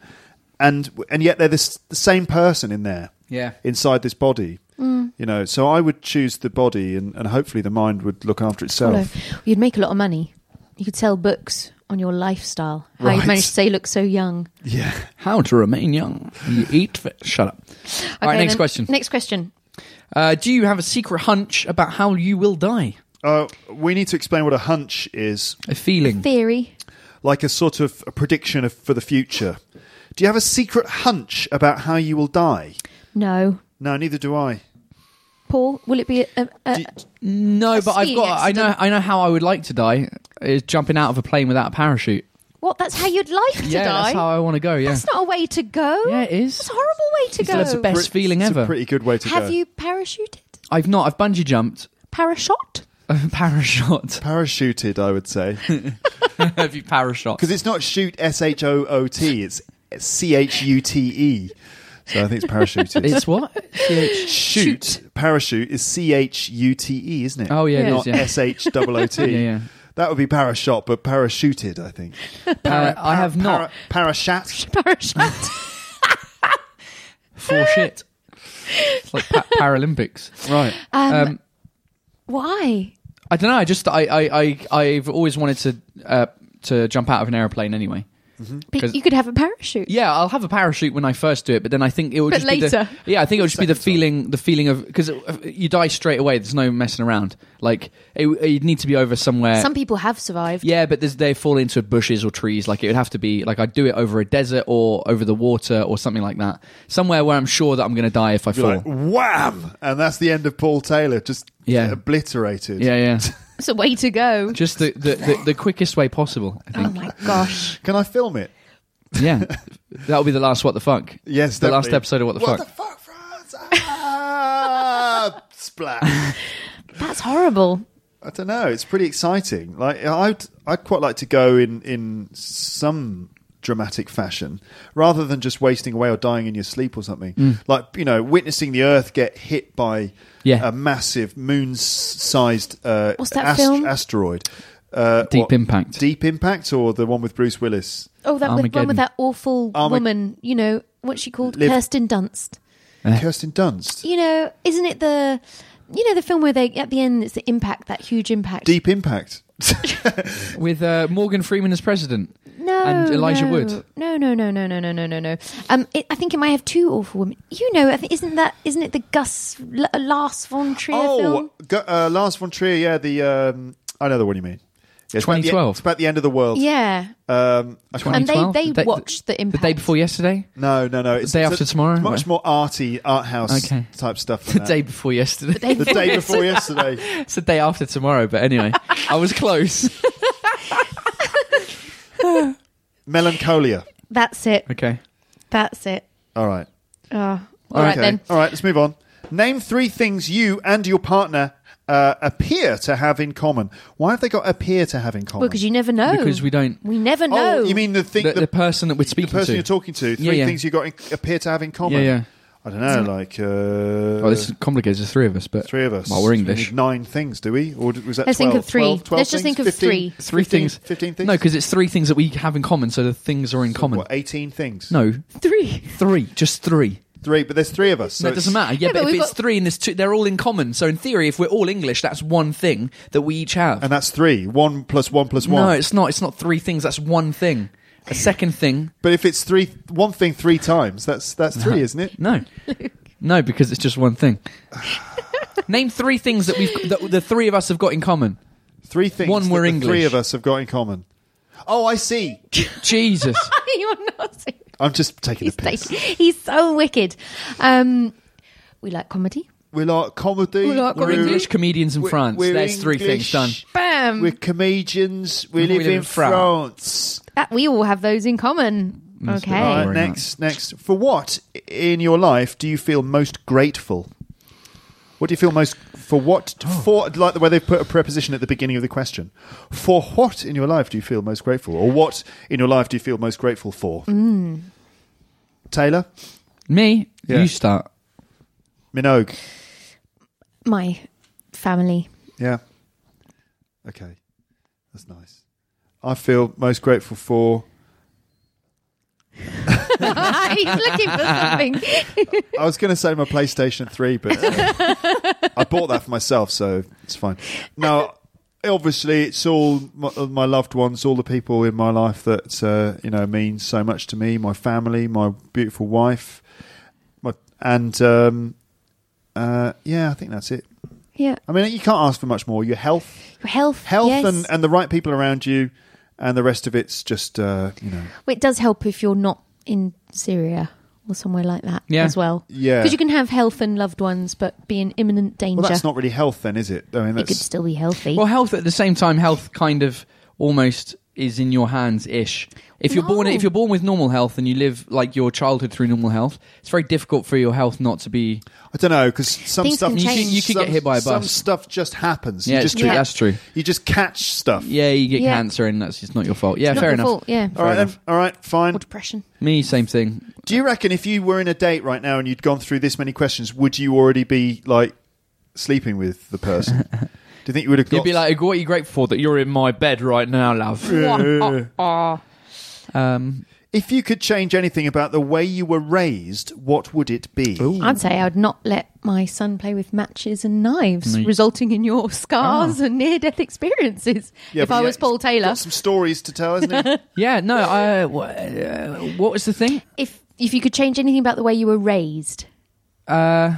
and and yet they're the, s- the same person in there Yeah. inside this body you know so i would choose the body and, and hopefully the mind would look after Follow. itself You'd make a lot of money. You could sell books on your lifestyle. How Right. you managed to say look so young. yeah How to remain young? You eat. Fi- Shut up. All right, Okay, next then- question. Next question. Uh, do you have a secret hunch about how you will die? uh, we need to explain what a hunch is A feeling. Theory. like a sort of a prediction of, for the future do you have a secret hunch about how you will die No. no neither do i Paul, will it be a, a, a- Do- no, a but I've skiing got. I know. accident. I know how I would like to die. Is jumping out of a plane without a parachute. what? That's how you'd like to yeah, die. that's how I want to go. Yeah. That's not a way to go. Yeah, it is. It's a horrible way to It's go. the best feeling It's a ever. pretty good way to Have go. you parachuted? I've not. I've bungee jumped. Parashot? parachute. parachuted? I would say Have you parachute? because it's not shoot s h o o t. It's c h u t e. So I think it's parachuted. It's what? shoot, parachute is c h u t e, isn't it? Oh, yeah, it not is, yeah. s h o o t. Yeah, yeah. That would be parashot, but parachuted, I think. Para- I have not. Para, parashat. Parashot. For shit. It's like pa- Paralympics. Right. Um, Why? I don't know. I just I I, I I've always wanted to uh, to jump out of an aeroplane anyway. But 'Cause- you could have a parachute. Yeah, I'll have a parachute when I first do it, but then I think it will But just later. be the, yeah, I think it will just be the feeling, the feeling of because you die straight away. There's no messing around. Like it, you'd need to be over somewhere. Some people have survived. yeah, but there's, they fall into bushes or trees. Like it would have to be like I'd do it over a desert or over the water or something like that. Somewhere where I'm sure that I'm going to die if I fall. Like, wham! And that's the end of Paul Taylor, just Yeah. obliterated. yeah, yeah. It's a way to go. Just the, the, the, the quickest way possible. I Oh think. my gosh. Can I film it? Yeah, that'll be the last. What the fuck? Yes, the last definitely. episode of What the What fuck. the fuck, France? Ah! Splat. That's horrible. I don't know. It's pretty exciting. Like I'd, I'd quite like to go in in some dramatic fashion rather than just wasting away or dying in your sleep or something. Mm. Like you know, witnessing the Earth get hit by Yeah. a massive moon-sized uh, What's that film? asteroid. Uh, Deep Impact. Deep Impact, or the one with Bruce Willis. Oh, that with, one Armageddon. with that awful Armag- woman, you know, what's she called? Liv- Kirsten Dunst. Eh. Kirsten Dunst. You know, isn't it the, you know, the film where they, at the end, it's the impact, that huge impact. Deep Impact. with uh, Morgan Freeman as president. No. And Elijah no. Wood. No, no, no, no, no, no, no, no, no. Um, it, I think it might have two awful women. You know, I think isn't that isn't it the Gus L- uh, Lars von Trier film? Oh, Gu- uh, Lars von Trier. Yeah, the um, I know the one you mean. Yeah, it's about the- 2012. It's about the end of the world. Yeah, Um, I can't- and they 2012? they The day- watched the The impact day before yesterday? no, no, no. It's, day it's after a- tomorrow? it's Much Right. more arty, art house Okay. type stuff. than The that. day before yesterday. the day before yesterday. It's the day after tomorrow, but anyway, I was close. Melancholia. That's it. Okay. That's it. All right. Oh. All right okay. then. All right. Let's move on. Name three things you and your partner uh, appear to have in common. Why have they got appear to have in common? Well, because you never know. Because we don't. we never know. oh, you mean the The, thing, the, the person that we're the speaking person to. you're talking to? Three Yeah, yeah. things you got in, appear to have in common. Yeah, yeah. I don't know, like uh, Oh, this is complicated. There's three of us, but three of us. Well, we're So we English. need nine things, do we? Or d- was that? Let's think 12? of three. 12? 12 Let's just things? think of 15? three. Three 15? things. Fifteen things. No, because it's three things that we have in common. So the things are in common. What, eighteen things. No, three. three, just three. three. But there's three of us. So that doesn't it's- matter. Yeah, Yeah, but but, if we've it's got- three and there's two, they're all in common. So in theory, if we're all English, that's one thing that we each have. And that's three. One plus one plus one. No, it's not. It's not three things. That's one thing. A second thing. But if it's three, one thing three times, that's that's three, isn't it? No, no, because it's just one thing. Name three things that we've that the three of us have got in common. Three things. One that we're the English. Three of us have got in common. Oh, I see. Jesus. You're not. serious. I'm just taking a He's, piss. like- he's so wicked. Um, we like comedy. we like comedy. We like We're comedy. English comedians in we're- France. we're There's three things English. done. Bam. We're comedians. We, live, in France. That- Uh, we all have those in common. Hey. All Okay. right, Very next, next. For what in your life do you feel most grateful? What do you feel most for? What for? Like the way they put a preposition at the beginning of the question. For what in your life do you feel most grateful, or what in your life do you feel most grateful for? Taylor, Me, Yeah. you start. Minogue, My family. yeah. Okay, that's nice. I feel most grateful for. He's looking for something. I was going to say my PlayStation 3, but uh, I bought that for myself, so it's fine. Now, obviously, it's all my, uh, my loved ones, all the people in my life that uh, you know mean so much to me, my family, my beautiful wife, my, and um, uh, yeah, I think that's it. Yeah. I mean, you can't ask for much more. Your health, Your health. health, yes. and, and the right people around you, and the rest of it's just uh, you know. Well, it does help if you're not in Syria or somewhere like that Yeah. as well. Yeah. Because you can have health and loved ones, but be in imminent danger. Well, that's not really health, then, is it? I mean, you could that's still be healthy. Well, health at the same time, health kind of almost is in your hands ish. If you're born No. if you're born with normal health and you live like your childhood through normal health, it's very difficult for your health not to be. I don't know because some Things stuff can You could- change. you could some- get hit by a Some bus. stuff just happens. Yeah, you it's just true. catch- That's true. You just catch stuff. Yeah, you get Yeah. cancer and that's just not your fault. Yeah, Not fair your enough. fault, yeah. All right, then. all right, fine. Or depression. Me, same thing. Do you reckon if you were in a date right now and you'd gone through this many questions, would you already be like sleeping with the person? Do you think you would have? Got You'd be like, what are you grateful for that you're in my bed right now, love? Um, if you could change anything about the way you were raised, what would it be? I'd say I'd not let my son play with matches and knives, No, you- resulting in your scars and near death experiences. Ah. Yeah, if but I yeah, was Paul he's Taylor, got some stories to tell, isn't it? yeah, no, I, wha- uh, what was the thing? if if you could change anything about the way you were raised. Uh,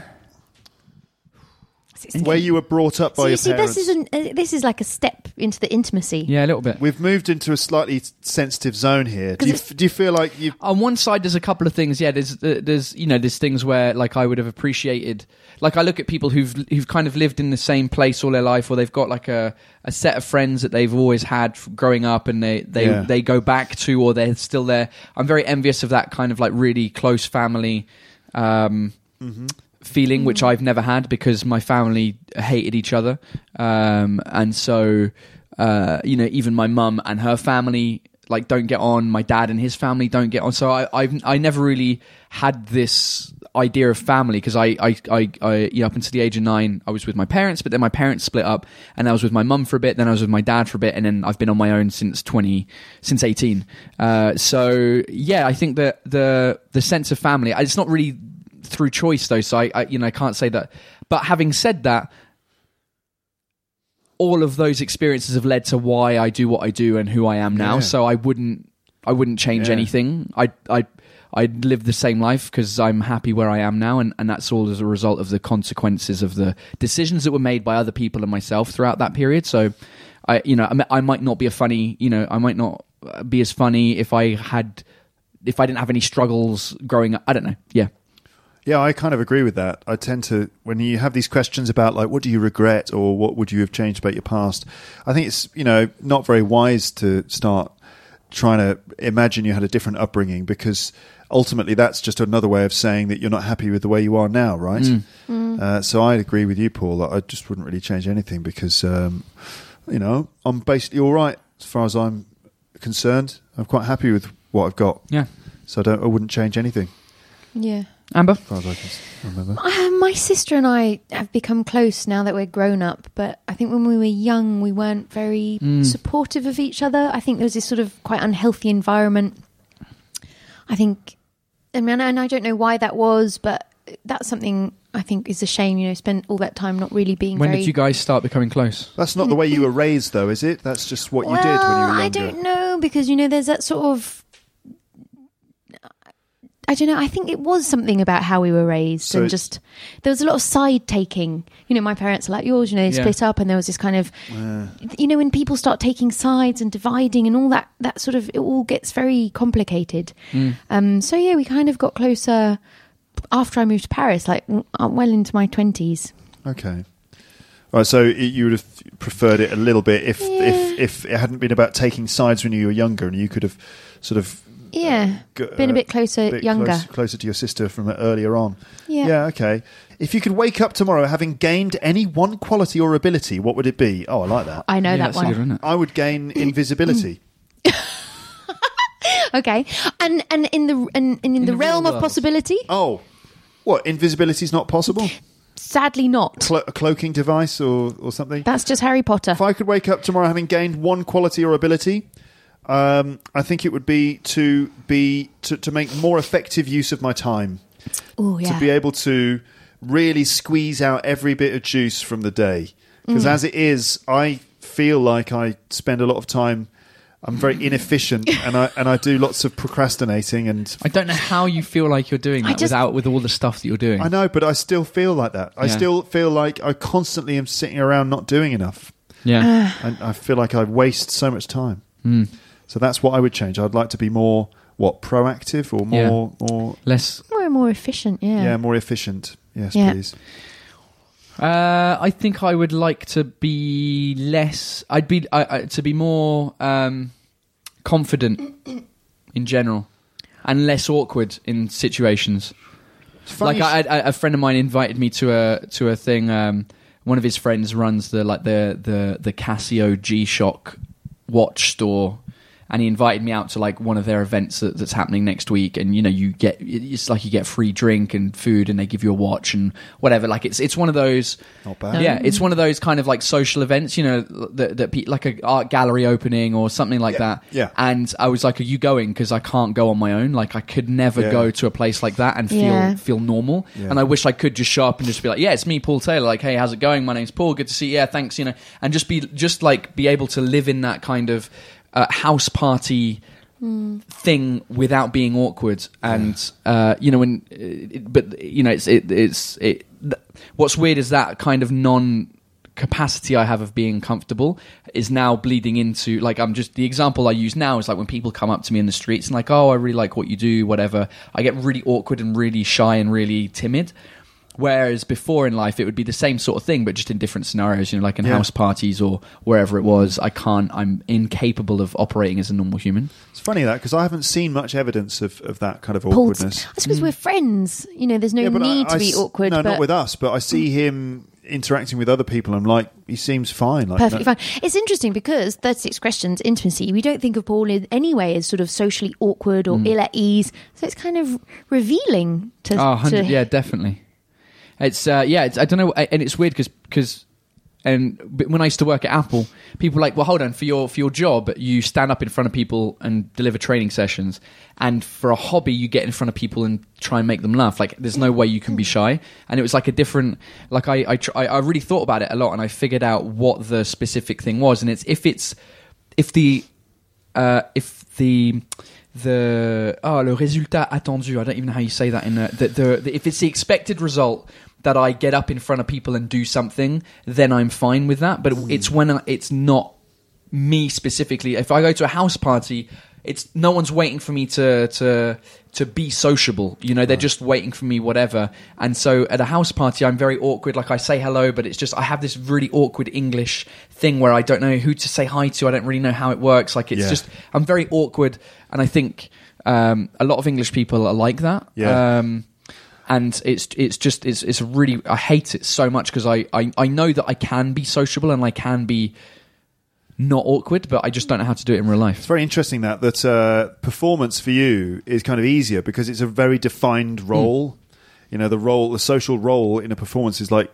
the way you were brought up by So your you see, parents. this is an, uh, this is like a step into the intimacy. yeah, a little bit. We've moved into a slightly sensitive zone here. Do you, f- do you feel like you? on one side there's a couple of things yeah there's uh, there's you know there's things where like i would have appreciated like i look at people who've who've kind of lived in the same place all their life or they've got like a, a set of friends that they've always had f- growing up and they they, Yeah. they go back to or they're still there i'm very envious of that kind of like really close family um feeling which i've never had because my family hated each other um and so uh you know even my mum and her family like don't get on my dad and his family don't get on so i I've, i never really had this idea of family because I, I i i you know, up until the age of nine i was with my parents but then my parents split up and i was with my mum for a bit then i was with my dad for a bit and then i've been on my own since 20 since 18 uh so yeah i think that the the sense of family it's not really through choice though so i, I you know i can't say that but having said that all of those experiences have led to why I do what I do and who I am now. Yeah. So I wouldn't I wouldn't change Yeah. anything. I I I live the same life because I'm happy where I am now, and, and that's all as a result of the consequences of the decisions that were made by other people and myself throughout that period. So, I you know I, mi- I might not be a funny you know I might not uh, be as funny if I had if I didn't have any struggles growing up. I don't know. Yeah. Yeah, I kind of agree with that. I tend to when you have these questions about like what do you regret or what would you have changed about your past. I think it's you know not very wise to start trying to imagine you had a different upbringing because ultimately that's just another way of saying that you're not happy with the way you are now, right? Mm. Uh, so I agree with you, Paul. that I just wouldn't really change anything because um, you know I'm basically all right as far as I'm concerned. I'm quite happy with what I've got, Yeah. so I don't. I wouldn't change anything Yeah. Amber. as far as I can remember. Uh, my sister and I have become close now that we're grown up, but I think when we were young, we weren't very Mm. supportive of each other. I think there was this sort of quite unhealthy environment. I think, I mean, and I don't know why that was, but that's something I think is a shame. You know, spend all that time not really being. When very did you guys start becoming close? That's not the way you were raised, though, is it? That's just what you well, did when you were younger. I don't know because you know there's that sort of. I don't know. I think it was something about how we were raised, So and it- just there was a lot of side taking. You know, my parents are like yours. You know, they Yeah. split up, and there was this kind of, Uh. you know, when people start taking sides and dividing and all that, that sort of it all gets very complicated. Hmm. Um, so yeah, we kind of got closer after I moved to Paris, like w- uh, well into my twenties. Okay. All right, so it, you would have preferred it a little bit if, if if it hadn't been about taking sides when you were younger, and you could have sort of Yeah, g- been a uh, bit closer, bit younger. close- closer to your sister from earlier on. Yeah. okay. If you could wake up tomorrow having gained any one quality or ability, what would it be? Oh, I like that. I know yeah, that that's one. a good one, isn't it? I would gain Mm. invisibility. Okay, and and in the and, and in, the, the realm real of world. possibility, oh, what? Invisibility is not possible. sadly not. Clo- a cloaking device or or something. That's just Harry Potter. If I could wake up tomorrow having gained one quality or ability, um, I think it would be to be to, to make more effective use of my time, Oh yeah, to be able to really squeeze out every bit of juice from the day. Because as it is, I feel like I spend a lot of time. I'm very inefficient, and I and I do lots of procrastinating, and I don't know how you feel like you're doing I that just- without with all the stuff that you're doing. I know, but I still feel like that. I Yeah. still feel like I constantly am sitting around not doing enough. Yeah. I, I feel like I waste so much time. Hmm. So that's what I would change. I'd like to be more what proactive or more more Less more and more efficient. Yeah, yeah. more efficient. Yes, Yeah. please. Uh, I think I would like to be less. I'd be I, I, to be more um, confident in general and less awkward in situations. Like I, I, a friend of mine invited me to a to a thing. Um, one of his friends runs the like the the the Casio G Shock watch store, and he invited me out to like one of their events that, that's happening next week. And you know, you get it's like you get free drink and food, and they give you a watch and whatever. Like it's it's one of those. Not bad. Yeah, it's one of those kind of like social events, you know, that, that pe- like a art gallery opening or something like that. yeah. And I was like, "Are you going?" Because I can't go on my own. Like I could never Yeah. go to a place like that and feel Yeah. feel normal. Yeah. And I wish I could just show up and just be like, "Yeah, it's me, Paul Taylor. Like, hey, how's it going? My name's Paul. Good to see you. Yeah, thanks. You know, and just be just like be able to live in that kind of uh, house party thing without being awkward. And uh, you know, when it, but you know, it's it, it's it. Th- what's weird is that kind of non capacity I have of being comfortable is now bleeding into like I'm just the example I use now is like when people come up to me in the streets and like oh I really like what you do whatever I get really awkward and really shy and really timid whereas before in life it would be the same sort of thing but just in different scenarios you know like in Yeah. house parties or wherever it was I can't I'm incapable of operating as a normal human It's funny that because I haven't seen much evidence of, of that kind of Paul's- awkwardness. I suppose we're friends. You know, there's no need to be s- awkward. No, but Mm. not with us. But I see him interacting with other people. I'm like, he seems fine. Like Perfectly no- fine. It's interesting because 36 questions, intimacy, we don't think of Paul in any way as sort of socially awkward or ill at ease. So it's kind of revealing to. Oh, to 100, yeah, definitely. It's uh, yeah, it's, I don't know, and it's weird because And but when I used to work at Apple, people were like, well, hold on, for your for your job, you stand up in front of people and deliver training sessions, and for a hobby, you get in front of people and try and make them laugh. Like, there's no way you can be shy. And it was like a different, like I I, tr- I I really thought about it a lot, and I figured out what the specific thing was. And it's if it's if the uh, if the the oh le résultat attendu I don't even know how you say that in uh, the, the, the if it's the expected result that I get up in front of people and do something then I'm fine with that but it's when I, it's not me specifically if I go to a house party it's no one's waiting for me to to to be sociable you know they're just waiting for me whatever and so at a house party I'm very awkward like I say hello but it's just I have this really awkward English thing where I don't know who to say hi to I don't really know how it works like it's Yeah. just I'm very awkward, and I think um, a lot of English people are like that. Yeah. Um, and it's it's just it's it's really I hate it so much because I, I I know that I can be sociable and I can be not awkward, but I just don't know how to do it in real It's life. very interesting that that uh, performance for you is kind of easier because it's a very defined Hmm. role. You know, the role, the social role in a performance is like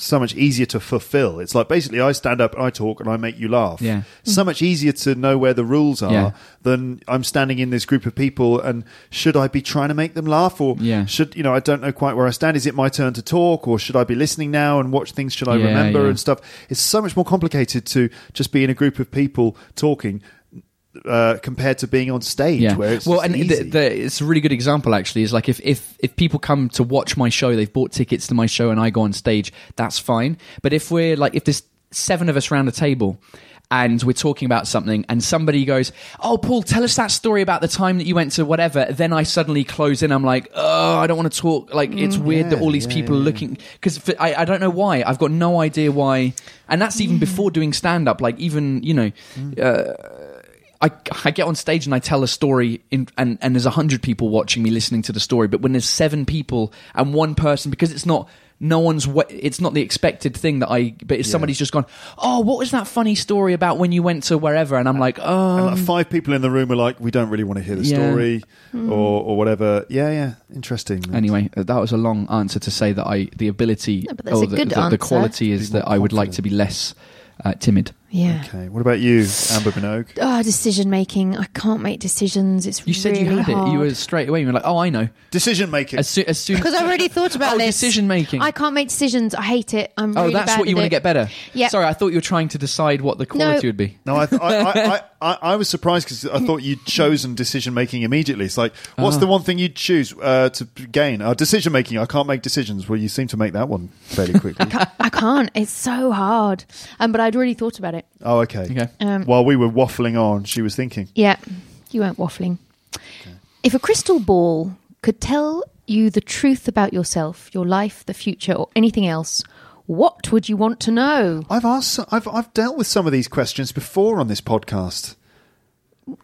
so much easier to fulfill. It's like basically I stand up and I talk and I make you laugh. Yeah. Hmm. So much easier to know where the rules are Yeah. than I'm standing in this group of people and should I be trying to make them laugh or Yeah. should you know I don't know quite where I stand. Is it my turn to talk or should I be listening now and watch things should I Yeah, remember yeah. and stuff? It's so much more complicated to just be in a group of people talking uh, compared to being on stage where it's well, just and easy. The, the, it's a really good example actually. Is like if if if people come to watch my show, they've bought tickets to my show, and I go on stage, that's fine. But if we're like if there's seven of us around a table. And we're talking about something, and somebody goes, "Oh, Paul, tell us that story about the time that you went to whatever." Then I suddenly close in. I'm like, "Oh, I don't want to talk." Like, it's Mm, weird that all these people are looking because I, I don't know why. I've got no idea why, and that's Mm. even before doing stand up. Like, even you know, I, I get on stage and I tell a story, in, and, and there's a hundred people watching me listening to the story. But when there's seven people and one person, because it's not no one's wa- it's not the expected thing that I. But if somebody's just gone, oh, what was that funny story about when you went to wherever? And I'm like, And, oh, like, five people in the room are like, we don't really want to hear the Yeah. story or, or whatever. Yeah, yeah, interesting. anyway, that was a long answer to say that I the ability No, but that's or a the, good the, the answer. quality is that I would like to be less uh, timid. Yeah. Okay, what about you, Amber Minogue? Ah, decision making. I can't make decisions. It's You said you really had hard. it. You were straight away. You were like, oh, I know. Decision making. As, soo- as soon because I already thought about Oh, this. decision making. I can't make decisions. I hate it. I'm Oh, really that's bad what at you want to it. get better. Yeah. Sorry, I thought you were trying to decide what the quality would be. No, I, I, I, I, I was surprised because I thought you'd chosen decision making immediately. It's like, Uh-huh. what's the one thing you'd choose uh, to gain? Uh, decision making. I can't make decisions. Well, you seem to make that one fairly quickly. I can't. It's so hard. Um, but I'd already thought about it. oh, okay. Okay. Um, While we were waffling on, she was thinking. Yeah, you weren't waffling. If a crystal ball could tell you the truth about yourself, your life, the future, or anything else, what would you want to know? I've asked, I've, I've dealt with some of these questions before on this podcast.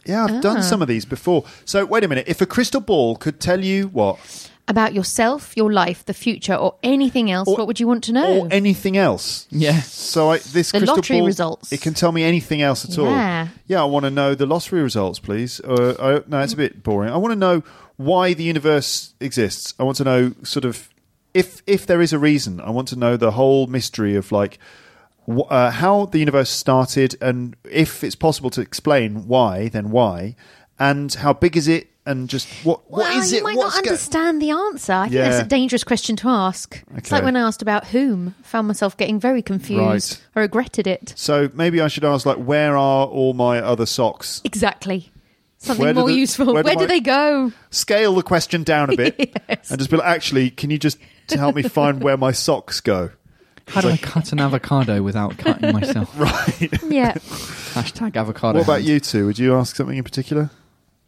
Yeah, I've done some of these before. So wait a minute. If a crystal ball could tell you what, About yourself, your life, the future, or anything else, Or- what would you want to know? or anything else, Yeah. So I, this Oh. The crystal lottery ball, results. It can tell me anything else at Yeah. all. Yeah, I want to know the lottery results, please. Uh, I, no, it's a bit boring. I want to know why the universe exists. I want to know sort of if if there is a reason. I want to know the whole mystery of like wh- uh, how the universe started and if it's possible to explain why, then why, and how big is it, and just what well, what is you it? might What's not go- understand the answer. I think that's Yeah. a dangerous question to ask. It's like Okay. when I asked about whom, found myself getting very confused. Right. I regretted it. so maybe I should ask like, where are all my other socks? Exactly. Where Something do more the- useful. where Where, do do my- they go? scale the question down a bit and just be like, actually, can you just to help me find where my socks go? How do I cut an avocado without cutting myself? Yeah. Hashtag avocado. What about hand. you two? Would you ask something in particular?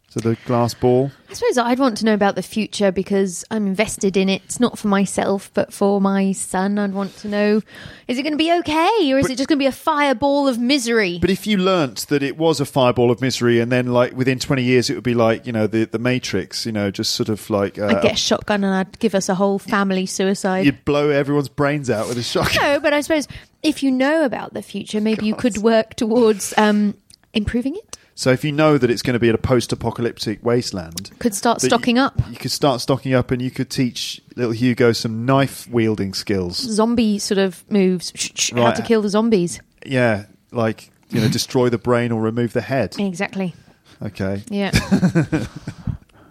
So the glass ball. I suppose I'd want to know about the future because I'm invested in it, not for myself, but for my son. I'd want to know is it going to be okay or is But- it just going to be a fireball of misery? But if you learnt that it was a fireball of misery, and then like within twenty years it would be like you know the the Matrix, you know, just sort of like uh, I'd get a shotgun and I'd give us a whole family suicide. you'd blow everyone's brains out with a shotgun. No, but I suppose if you know about the future, maybe you could work towards um, improving it. So if you know that it's going to be at a post-apocalyptic wasteland, Could start that you- stocking up. You could start stocking up, and you could teach little Hugo some knife wielding skills. Zombie sort of moves. Shh, shh, How Right. to kill the zombies. Yeah, like you know, destroy the brain or remove the head. Exactly. Okay, Yeah.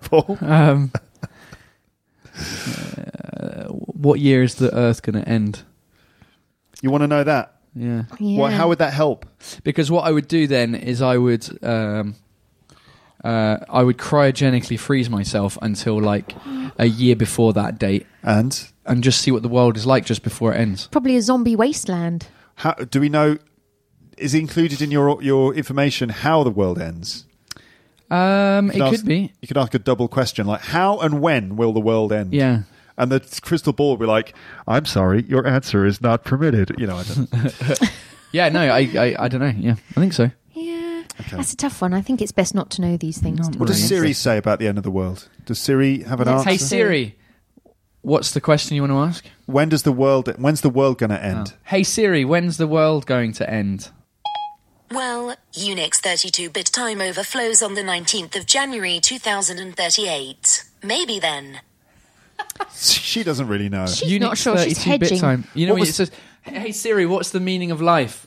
Paul. Um, uh, what year is the Earth going to end? You want to know that? Yeah. yeah. Why, how would that help? Because what I would do then is I would um, uh, I would cryogenically freeze myself until like a year before that date And and just see what the world is like just before it ends. Probably a zombie wasteland. how do we know? Is included in your your information how the world ends? Um, You it ask- could be. You could ask a double question like how and when will the world end? Yeah. And the crystal ball will be like, I'm sorry, your answer is not permitted. You know, I don't Yeah, no, I, I, I don't know. Yeah, I think so. Yeah. Okay. That's a tough one. I think it's best not to know these things. No, to be What Really does honest. Siri interesting. say about the end of the world? Does Siri have an Let's answer? Hey Hey, Siri, Siri, what's the question you want to ask? When does the world? When's the world going to end? Hey Siri, when's the world going to end? Well, Unix 32 bit time overflows on the 19th of January 2038. Maybe then. She doesn't really know. She's not sure. She's 32-bit hedging. Time. You know What was- what it says? Hey Siri, what's the meaning of life?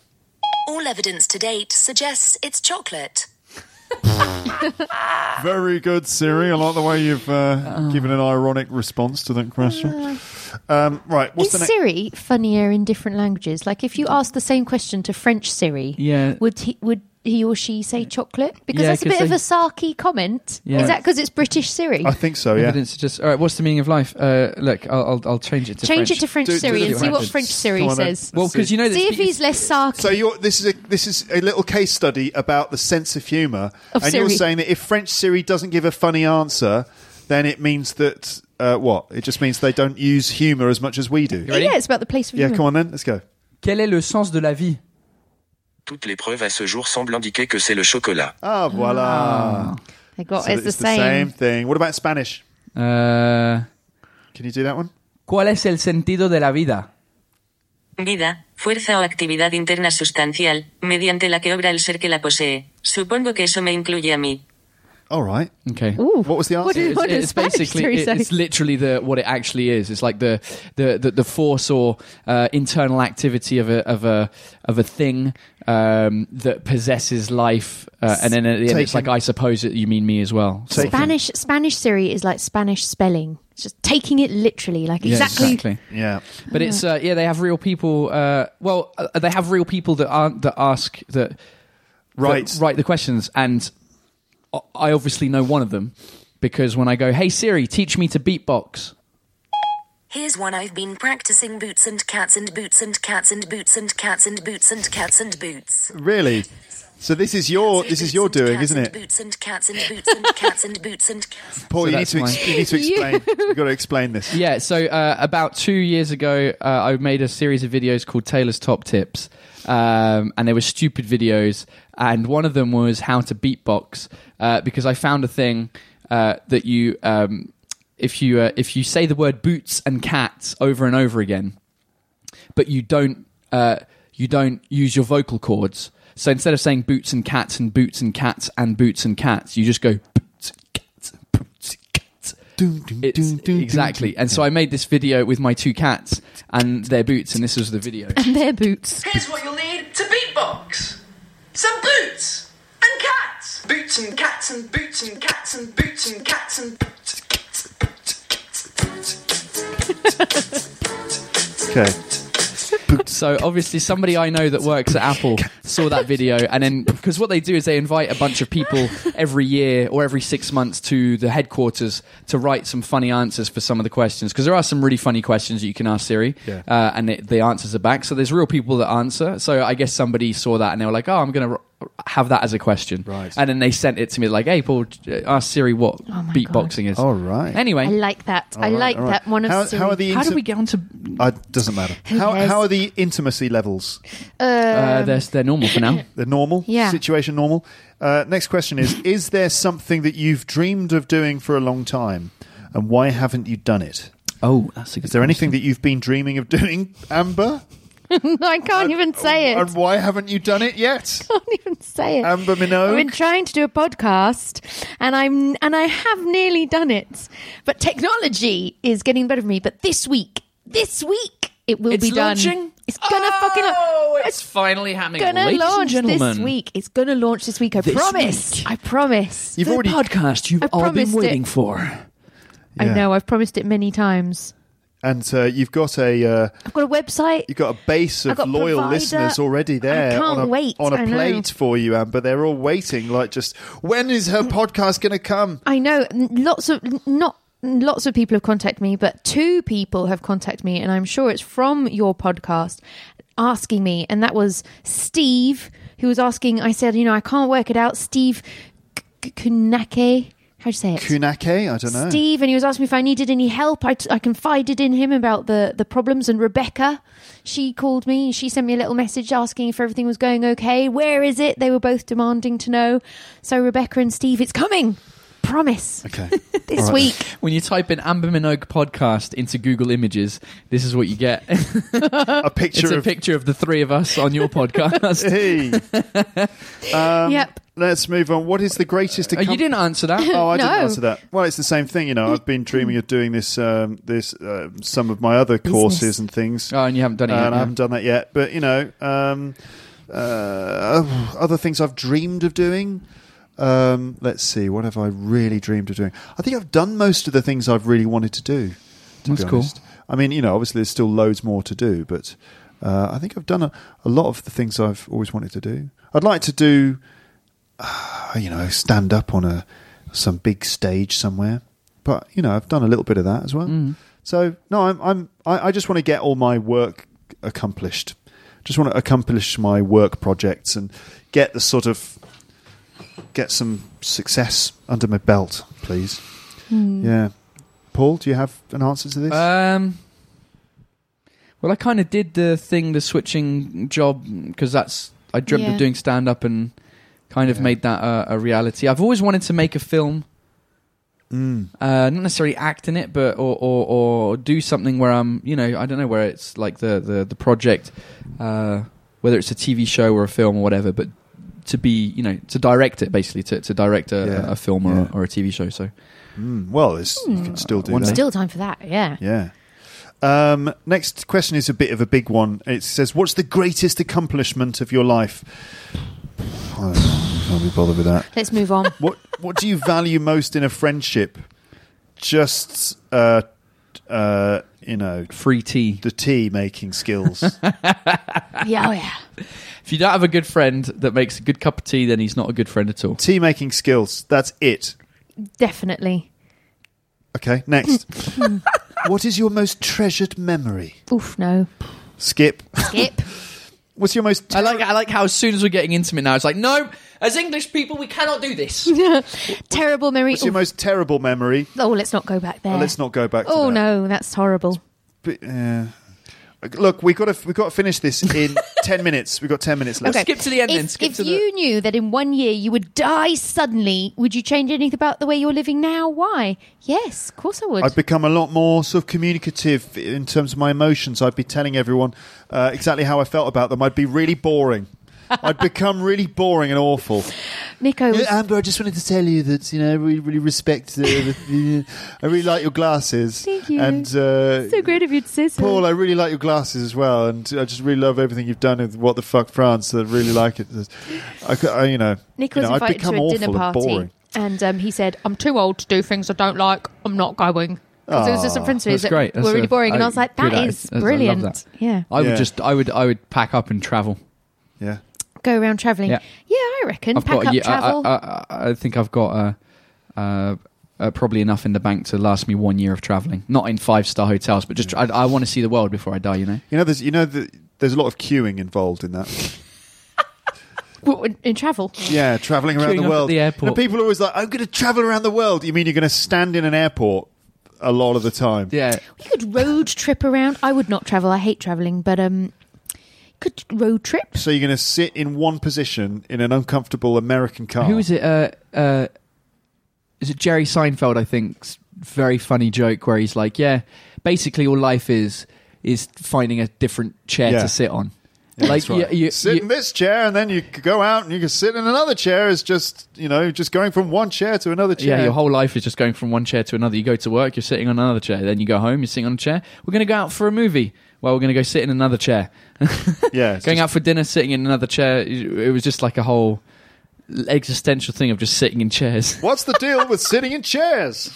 All evidence to date suggests it's chocolate. Very good, Siri. I like the way you've uh, Oh. given an ironic response to that question. Um, right, what's the Is next? Siri funnier in different languages? Like if you ask the same question to French Siri, Yeah. would he would he or she say chocolate? Because Yeah, that's a 'cause bit of they- a sarky comment. Yeah. Is that because it's British Siri? I think so. Yeah. Evidence suggests. All right, what's the meaning of life? Uh, look, I'll, I'll, I'll change it to Change French. it to French Do- do Siri the and see what French. French Siri Come on then. says. Well, because you know, see that if he's less sarky. So you're, this is a this is a little case study about the sense of humour, Of and you're Siri. saying that if French Siri doesn't give a funny answer, then it means that uh, what? It just means they don't use humour as much as we do. ready? yeah, it's about the place of Yeah, humour. come on then, let's go. Quel est le sens de la vie? Toutes les preuves à ce jour semblent indiquer que c'est le chocolat. Ah, voila. They Oh, got So Oh, it's, it's the same. thing. What about Spanish? Uh, Can you do that one? ¿Cuál es el sentido de la vida? Vida, fuerza o actividad interna sustancial, mediante la que obra el ser que la posee. Supongo que eso me incluye a mí. All right. Okay. Ooh. What was the What answer? did, It's, what did it's Spanish basically Siri it- say? it's literally the what it actually is. It's like the the, the, the force or uh, internal activity of a of a of a thing um, that possesses life, uh, and then at the end it's Taken- like I suppose that you mean me as well. sort of thing. Spanish Spanish Siri is like Spanish spelling. It's just taking it literally, like Yeah, exactly. Yeah. But it's uh, yeah, they have real people. Uh, well, uh, they have real people that aren't that ask that Right. that write the questions, and I- I obviously know one of them because when I go, "Hey Siri, teach me to beatbox," Here's one I've been practicing boots and cats and boots and cats and boots and cats and boots and cats and boots. Really? So this is your Oh, this is your Boots and doing, cats isn't and it? Boots and cats and boots and cats and boots and cats. Paul, So you, need that's to ex- you need to explain. You've got to explain this. Yeah, so uh, about two years ago, uh, I made a series of videos called Taylor's Top Tips, um, and they were stupid videos. And one of them was how to beatbox uh, because I found a thing uh, that you, um, if you, uh, if you say the word boots and cats over and over again, but you don't uh, you don't use your vocal cords. So instead of saying boots and cats and boots and cats and boots and cats, you just go boots and cats and boots and cats. It's- exactly. And so I made this video with my two cats and their boots, and this was the video. And their boots. Here's what you'll need to beatbox. Some boots and cats. Boots and cats and boots and cats and boots and cats and boots. Cats, boots, cats, boots. Okay. So obviously somebody I know that works at Apple saw that video, and then because what they do is they invite a bunch of people every year or every six months to the headquarters to write some funny answers for some of the questions because there are some really funny questions that you can ask Siri, Yeah. uh, and it, the answers are back. So there's real people that answer. So I guess somebody saw that and they were like, "Oh, I'm gonna." r- Have that as a question, Right. And then they sent it to me like, "Hey, Paul, j- uh, ask Siri what Oh my beatboxing is." All right. Anyway, I like that. I All right, like all right. that one of how, Siri. How are the how inti- do we get on to? Uh, doesn't matter. How, cares? how are the intimacy levels? Uh, they're, they're normal for now. They're normal. Yeah. Situation normal. Uh, next question is: Is there something that you've dreamed of doing for a long time, and why haven't you done it? oh, that's a good. Is there anything that you've been dreaming of doing, Amber? I can't even say it. And why haven't you done it yet? can't even say it. Amber Minogue? I've been trying to do a podcast, and I'm and I have nearly done it, but technology is getting better for me. But this week, this week, it will It's be done. launching? It's gonna fucking. Oh, it's finally happening, gonna ladies and launch this gentlemen. week. It's gonna launch this week. I This promise. week. I promise. You've The already podcast you've I all been promised waiting it. for. Yeah. I know. I've promised it many times. And uh, you've got a uh, I've got a website. you've got a base I've of got loyal provider. listeners already there I can't on a, wait. on a I know. plate for you, Amber. They're all waiting, like just when is her podcast going to come? I know n- lots of n- not lots of people have contacted me, but two people have contacted me, and I'm sure it's from your podcast asking me, and that was Steve who was asking. I said, you know, I can't work it out. Steve K- K- Kunake, how do you say it? Kunake, I don't know. Steve, and he was asking me if I needed any help. I, I confided in him about the, the problems, and Rebecca, she called me. She sent me a little message asking if everything was going okay. Where is it? They were both demanding to know. So Rebecca and Steve, it's coming. Promise Okay, this All right. week. When you type in Amber Minogue podcast into Google Images, this is what you get. a picture it's a of picture of the three of us on your podcast. hey. Um, Yep. Let's move on. What is the greatest? Oh, you accom- didn't answer that. Oh, I didn't No. answer that. Well, it's the same thing, you know. I've been dreaming of doing this, um, this uh, some of my other courses and things, Oh, and you haven't done it and yet. I yeah. haven't done that yet. But you know, um, uh, other things I've dreamed of doing. Um, let's see, what have I really dreamed of doing? I think I've done most of the things I've really wanted to do. To That's be cool. honest. I mean, you know, obviously there's still loads more to do, but uh, I think I've done a, a lot of the things I've always wanted to do. I'd like to do, uh, you know, stand up on a some big stage somewhere, but you know, I've done a little bit of that as well. Mm. So no, I'm, I'm I, I just want to get all my work accomplished. Just want to accomplish my work projects and get the sort of get some success under my belt, please. Hmm. Yeah. Paul, do you have an answer to this? Um, well, I kind of did the thing, the switching job, because that's I dreamt Yeah. of doing stand up and kind of Yeah. made that a, a reality. I've always wanted to make a film, Mm. uh, not necessarily act in it, but or, or or do something where I'm, you know, I don't know where it's like the the the project, uh, whether it's a TV show or a film or whatever, but to be, you know, to direct it basically, to to direct a, Yeah. a film or, Yeah. or a TV show. So Mm. Well, it's, you can still do One that. day. Still time for that, yeah. Yeah. Um, next question is a bit of a big one. It says, "What's the greatest accomplishment of your life?" I can't be bothered with that. Let's move on. What What do you value most in a friendship? Just, uh, uh, you know, free tea. the tea making skills. yeah, oh yeah. If you don't have a good friend that makes a good cup of tea, then he's not a good friend at all. tea making skills. That's it. Definitely. Okay. Next. what is your most treasured memory? Oof, no. Skip. Skip. What's your Uh, most? I like I like how as soon as we're getting intimate now, it's like no, as English people we cannot do this. Terrible memory. What's your Oof. most terrible memory? Oh, let's not go back there. Oh, let's not go back. To Oh that. no, that's horrible. But, yeah. Look, we got to we got to finish this in ten minutes. We have got ten minutes left. Skip to the end then. If, Skip if to the. you knew that in one year you would die suddenly, would you change anything about the way you're living now? Why? Yes, of course I would. I've become a lot more sort of communicative in terms of my emotions. I'd be telling everyone uh, exactly how I felt about them. I'd be really boring. I'd become really boring and awful. Nico, was, Yeah, Amber, I just wanted to tell you that you know I really, really respect. The, the, the- I really like your glasses. Thank you. And uh, so great of you to say so. Paul, I really like your glasses as well, and I just really love everything you've done with What the Fuck France. I really like it. I, cou- I- you know, Nico's you know, I've invited become to a awful dinner and boring. party, and um, he said, "I'm too old to do things I don't like. I'm not going." Because there was just some friends of his Ah, That's that great. That's were really a- boring, and I- I was like, "That good attitude. is I love brilliant." that. Yeah, I would Yeah. just I would I would pack up and travel. Yeah. go around traveling. Yeah. Yeah, I reckon. Pack got a up year- I- travel. I, I, I, I think I've got uh, uh, uh, probably enough in the bank to last me one year of traveling. Not in five star hotels, but just I, I want to see the world before I die. You know. You know, there's you know the, there's a lot of queuing involved in that. Well, in- in travel, Yeah, traveling around Queuing up the at world. the airport. You know, people are always like, "I'm going to travel around the world." You mean you're going to stand in an airport a lot of the time? Yeah. you could road trip around. I would not travel. I hate traveling, but um, you could road trip. So you're going to sit in one position in an uncomfortable American car. Who is it? Uh, uh, is it Jerry Seinfeld? I think s- very funny joke where he's like, "Yeah, basically all life is is finding a different chair Yeah. to sit on." like That's right. you, you- sit you- in this chair, and then you could go out and you can sit in another chair. Is just you know just going from one chair to another chair. Yeah, your whole life is just going from one chair to another. You go to work, you're sitting on another chair. Then you go home, you're sitting on a chair. We're going to go out for a movie. Well, we're going to go sit in another chair. yeah, it's going just- out for dinner, sitting in another chair. It was just like a whole existential thing of just sitting in chairs. What's the deal with sitting in chairs?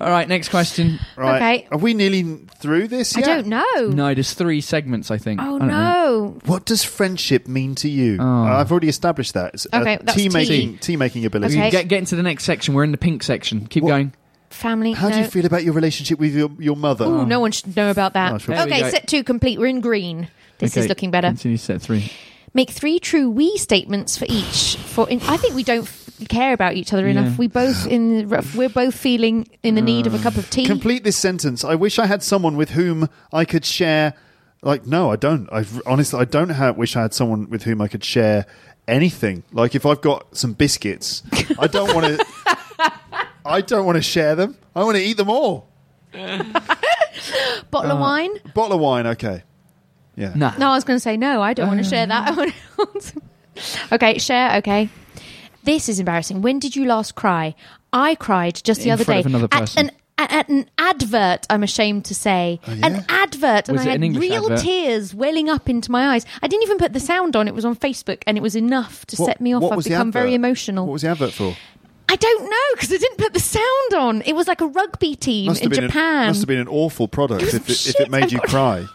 All right, next question. Right, Okay. are we nearly through this? I Yet? don't know. No, there's three segments, I think. Oh I don't know. no. What does friendship mean to Oh. you? Uh, I've already established that. It's a Okay, that's tea tea. making tea making ability. Okay. Get, get into the next section. We're in the pink section. Keep What- going. Family. How do no. you feel about your relationship with your, your mother? Ooh, no one should know about that. Oh, sure. There we go. okay, set two complete. We're in green. This is Okay, looking better. Continue set three. Make three true we statements for each. For in, I think we don't f- care about each other enough. We both in the rough- we're both feeling in the need of a cup of tea. Complete this sentence. I wish I had someone with whom I could share. Like, no, I don't. I honestly, I don't ha wish I had someone with whom I could share anything. Like, if I've got some biscuits, I don't want to. I don't want to share them. I want to eat them all. Bottle uh, of wine. Bottle of wine, okay. Yeah. Nah. No, I was going to say no. I don't want to share that. I want okay, share. Okay, this is embarrassing. When did you last cry? I cried just the In other front day of another at person. Oh, an at an advert. I'm ashamed to say an advert, and Was I it had an English real advert? tears welling up into my eyes. I didn't even put the sound on. It was on Facebook, and it was enough to What- set me off. what I've was the become very advert? emotional. What was the advert for? I don't know because I didn't put the sound on. It was like a rugby team in been An, Japan. must have been an awful product It was if it, if it shit. made you cry.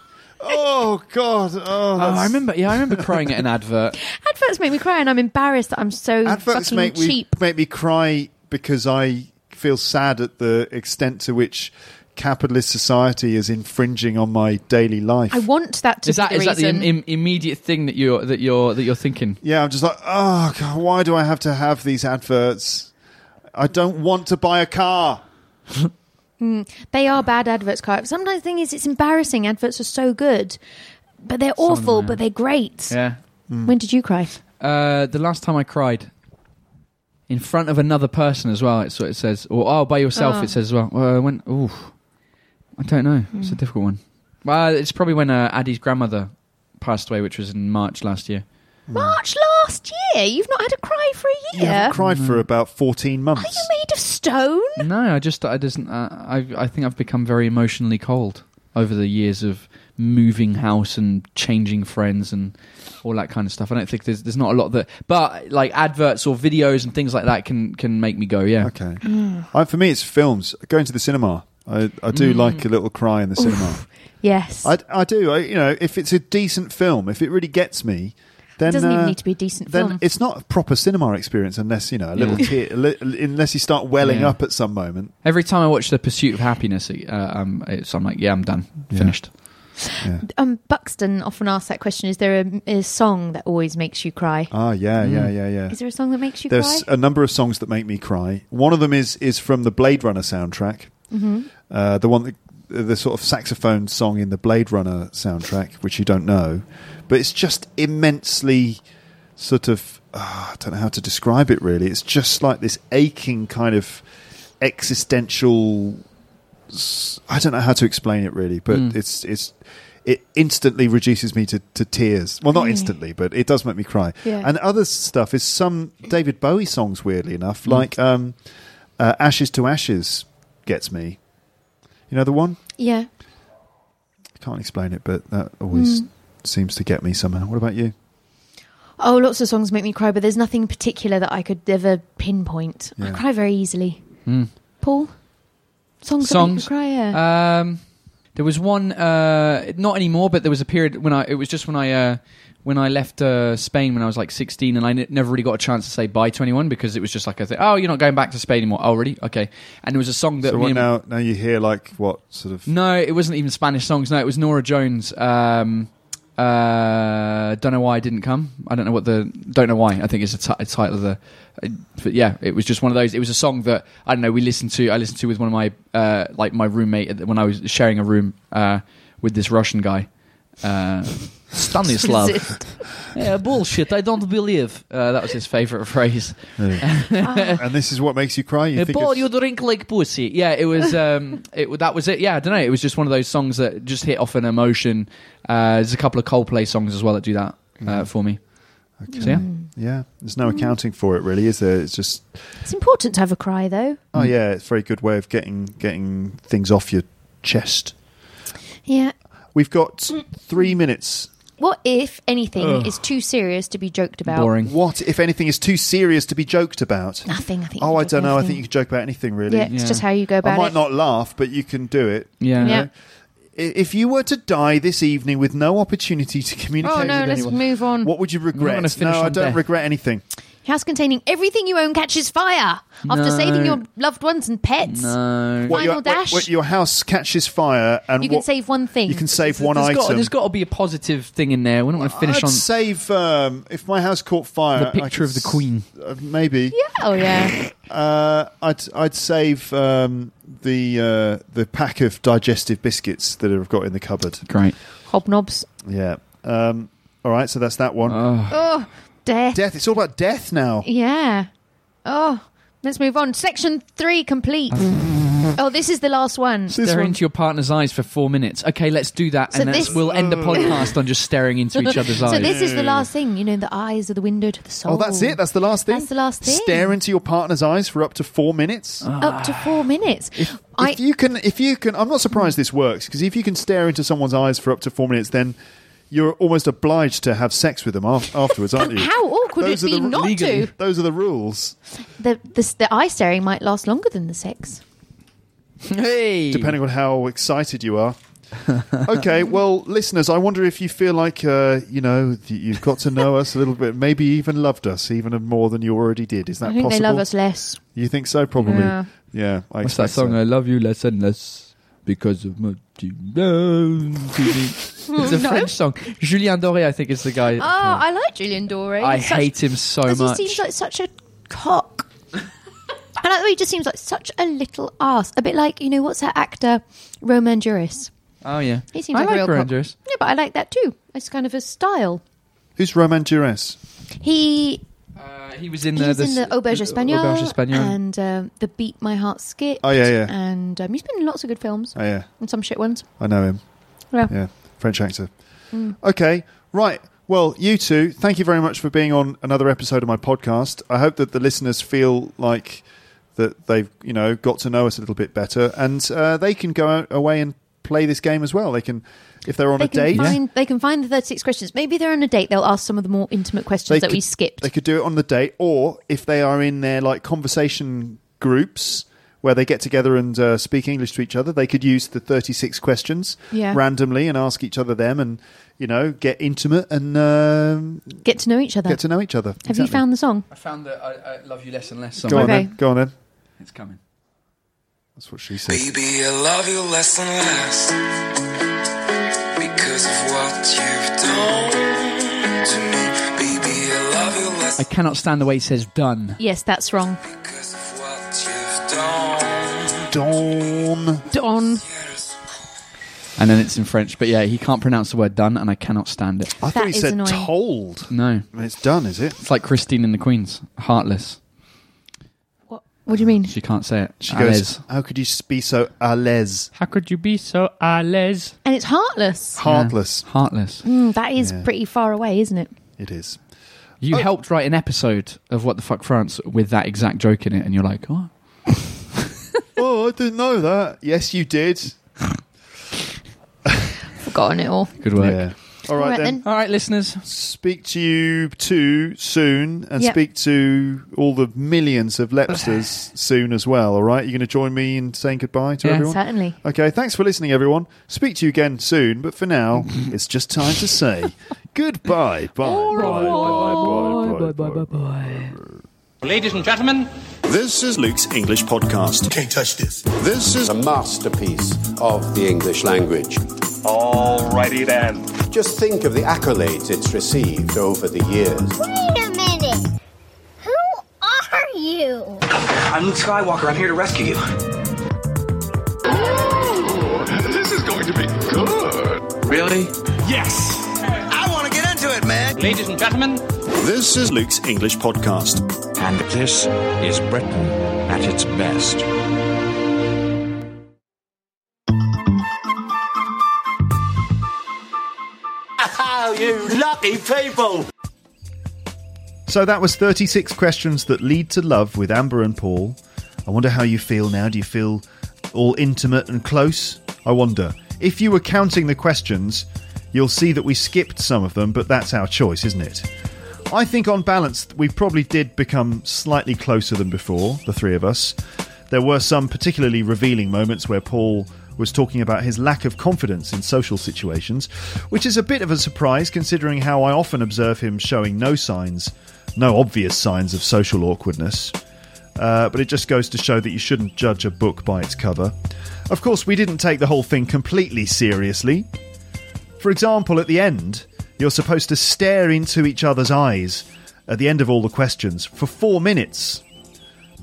Oh God! Oh, Oh, that's, I remember. Yeah, I remember crying at an advert. Adverts make me cry, and I'm embarrassed that I'm so Adverts fucking make me cheap. make me cry because I feel sad at the extent to which capitalist society is infringing on my daily life. I want that to Is that be the is that the reason. im- im- immediate thing that you're that you're that you're thinking? yeah, I'm just like, oh God, why do I have to have these adverts? I don't want to buy a car. They are bad adverts, Kyle. Sometimes the thing is, it's embarrassing. Adverts are so good, but they're of them awful, are. but they're great. Yeah. When did you cry? Uh, the last time I cried in front of another person as well. It's what it says. Or oh, by yourself. Oh. It says as well. Uh, when ooh, I don't know. It's a difficult one. Well, it's probably when uh, Addie's grandmother passed away, which was in March last year. March last year. You've not had a cry for a Mm. You year. haven't cried for about 14 are months. you made of stone? No, I just I just uh, I I think I've become very emotionally cold over the years of moving house and changing friends and all that kind of stuff. I don't think there's there's not a lot that, but like adverts or videos and things like that can can make me go yeah. Okay. I, for me, it's films. Going to the cinema. I, I do like a little cry in the cinema. Yes. I, I do. I, you know, if it's a decent film, if it really gets me, then doesn't even uh, need to be a decent Then film. it's not a proper cinema experience unless you know a little Yeah. tear, li- unless you start welling Yeah. up at some moment. Every time I watch The Pursuit of Happiness, uh, um, it's, I'm like, yeah, I'm done, finished. um, Buxton often asks that question: Is there a, a song that always makes you cry? Ah, yeah, yeah, yeah, yeah. Is there a song that makes you There's cry? a number of songs that make me cry. One of them is is from the Blade Runner soundtrack. Mm-hmm. Uh, the one that the sort of saxophone song in the Blade Runner soundtrack, which you don't know, but it's just immensely sort of ah, I don't know how to describe it really. It's just like this aching kind of existential. s- I don't know how to explain it really, but it's it's it instantly reduces me to, to tears. Well, not instantly, but it does make me cry. Yeah. And other stuff is some David Bowie songs. Weirdly enough, Mm. like um, uh, "Ashes to Ashes" gets me. You know the one? yeah. I can't explain it, but that always seems to get me somehow. What about you? Oh, lots of songs make me cry, but there's nothing particular that I could ever pinpoint. I Yeah. cry very easily. Paul, songs, Songs. that make you cry. Yeah. Um, there was one, uh, not anymore, but there was a period when I. It was just when I. Uh, when I left uh, Spain when I was like 16, and I n- never really got a chance to say bye to anyone because it was just like I think, oh, you're not going back to Spain anymore. Oh, really? Okay. And there was a song that So me what and- now? Now you hear like what sort of? No, it wasn't even Spanish songs. No, it was Nora Jones. Um, uh, don't know why I didn't come. I don't know what the don't know why. I think it's a ti- a title of the. I- But yeah, it was just one of those. It was a song that I don't know. We listened to. I listened to with one of my uh, like my roommate at the- when I was sharing a room uh, with this Russian guy. Uh, Stanislav. Resist. yeah, bullshit. I don't believe. Uh, that was his favorite phrase. and this is what makes you cry. You Uh, think Paul, it's- you drink like pussy. Yeah, it was. Um, it that was it. Yeah, I don't know. It was just one of those songs that just hit off an emotion. Uh, there's a couple of Coldplay songs as well that do that Mm. uh, for me. So, yeah. yeah, there's no accounting for it, really, is there? It's just It's important to have a cry, though. Mm. oh yeah, it's a very good way of getting getting things off your chest. Yeah. We've got three minutes. What if anything is too serious to be joked about? Boring. What if anything is too serious to be joked about? Nothing. I think. Oh, you I can don't know. I nothing. think you could joke about anything, really. Yeah, it's Yeah. just how you go about I might it. not laugh, but you can do it. Yeah. Yeah. I- If you were to die this evening with no opportunity to communicate Oh no, with let's anyone, move on. what would you regret? gonna finish no, I on don't death. regret anything. House containing everything you own catches fire after No. saving your loved ones and pets. No. What, Final your, dash. what- what your house catches fire, and You can what- save one thing. You can save one There's got- item. there's got to be a positive thing in there. We're not going to finish I'd on. save um, if my house caught fire. The I picture could of the s- Queen. uh, maybe. Oh yeah. Uh, I'd I'd save um, the uh, the pack of digestive biscuits that I've got in the cupboard. Great. Hobnobs. Yeah. Um, all right. So that's that one. Oh, death. death. It's all about death now. Yeah. Oh, let's move on. Section three complete. oh, this is the last one. This Stare one- into your partner's eyes for four minutes. Okay, let's do that, So and that's, this- we'll end the podcast on just staring into each other's eyes. So this is the last thing. You know, the eyes are the window to the soul. Oh, that's it. That's the last thing. That's the last thing. Stare into your partner's eyes for up to four minutes. up to four minutes. I Ah. if you can, if you can, I'm not surprised this works because if you can stare into someone's eyes for up to four minutes, then you're almost obliged to have sex with them af- afterwards, aren't you? how awkward would it Those are be the- not legally. to? Those are the rules, The, the the eye staring might last longer than the sex. hey, depending on how excited you are. okay, well, listeners, I wonder if you feel like uh, you know th- you've got to know us a little bit, maybe even loved us even more than you already did. Is that I think possible? they love us less. You think so? Probably. Yeah. Yeah. I What's that expect so. song? uh? I love you less and less because of my. it's a French song. Julien Doré, I think, is the guy. Oh, I like Julian Dore. I He's such- hate him so because much. He seems like such a cock. I like the way he just seems like such a little ass. A bit like you know what's that actor Roman Duris. oh yeah, He seems I like, a like real cock. Rangers. Yeah, but I like that too. It's kind of his style. Who's Roman Duras? He Uh, he was in He the, was in the Auberge Espagnole, Auberge Espagnole. and um, the Beat My Heart skit. Oh, yeah, yeah. And um, he's been in lots of good films Oh yeah, and some shit ones. I know him. Yeah. Mm. Yeah, French actor. Okay, right. Well, you two, thank you very much for being on another episode of my podcast. I hope that the listeners feel like that they've you know got to know us a little bit better, and uh, they can go out, away and play this game as well. They can if they're on They a can date. find they can find the thirty six questions. Maybe they're on a date. They'll ask some of the more intimate questions They that we could- skipped. They could do it on the date, or if they are in their like conversation groups where they get together and uh, speak English to each other, they could use the thirty-six questions Yeah. randomly and ask each other them, and you know get intimate and um, Get to know each other. get to know each other. Have you found the song? I found that I, I love you less and less. Go Song. on Okay. then. Go on then. It's coming. That's what she said. Baby, I love you less and less because of what you've done to me. Baby, I love you less I cannot stand the way he says "done." Yes, that's wrong. because of what you've done. Dawn. Don. And then it's in French, but yeah, he can't pronounce the word "done," and I cannot stand it. I That thought you is said annoying. told. No, And it's done, is it? it's like Christine in the Queens, heartless. What, what do you mean? She can't say it. She goes. How could you be so à l'aise, How could you be so alez? And it's heartless. heartless? heartless. Mm, that is Yeah. pretty far away, isn't it? It is. You helped write an episode of What the Fuck France with that exact joke in it, and you're like, oh, oh, I didn't know that. Yes, you did. Forgotten it all. good work. Yeah. All right, All right then. then. All right, listeners. speak to you too soon and Yep. speak to all the millions of Lepsters soon as well, all right? You're going to join me in saying goodbye to Yeah. everyone? Certainly. Okay, thanks for listening, everyone. Speak to you again soon, but for now, it's just time to say goodbye. Bye. Bye. Bye. Bye. Bye. Bye. Bye. Bye. Ladies and gentlemen, This is Luke's English podcast. Can't touch this. This is a masterpiece of the English language. Alrighty then. Just think of the accolades it's received over the years. Wait a minute. Who are you? I'm Luke Skywalker. I'm here to rescue you. This is going to be good. Really? Yes. I want to get into it, man. Ladies and gentlemen. This is Luke's English podcast. And this is Britain at its best. Oh, you lucky people. So that was 36 questions that lead to love with Amber and Paul. I wonder how you feel now. Do you feel all intimate and close? I wonder. If you were counting the questions, you'll see that we skipped some of them, but that's our choice, isn't it? I think on balance, we probably did become slightly closer than before, the three of us. There were some particularly revealing moments where Paul was talking about his lack of confidence in social situations, which is a bit of a surprise considering how I often observe him showing no signs, no obvious signs of social awkwardness. Uh, but it just goes to show that you shouldn't judge a book by its cover. Of course, we didn't take the whole thing completely seriously. For example, at the end, you're supposed to stare into each other's eyes at the end of all the questions for four minutes.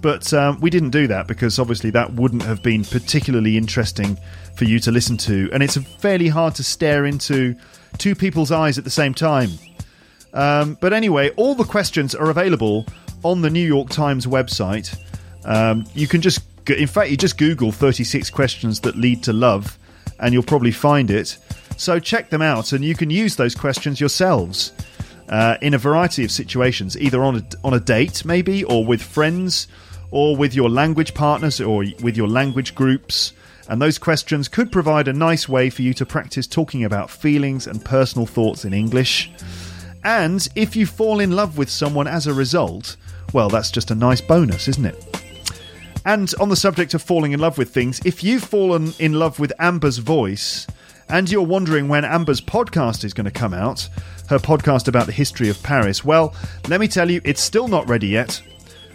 But um, we didn't do that because obviously that wouldn't have been particularly interesting for you to listen to, and it's fairly hard to stare into two people's eyes at the same time. Um, but anyway, all the questions are available on the New York Times website. Um, you can just, go- in fact, you just Google 36 questions that lead to love, and you'll probably find it. So check them out, and you can use those questions yourselves uh, in a variety of situations, either on a, on a date, maybe, or with friends, or with your language partners, or with your language groups. And those questions could provide a nice way for you to practice talking about feelings and personal thoughts in English. And if you fall in love with someone as a result, well, that's just a nice bonus, isn't it? And on the subject of falling in love with things, if you've fallen in love with Amber's voice and you're wondering when Amber's podcast is going to come out, her podcast about the history of Paris, well, let me tell you, it's still not ready yet.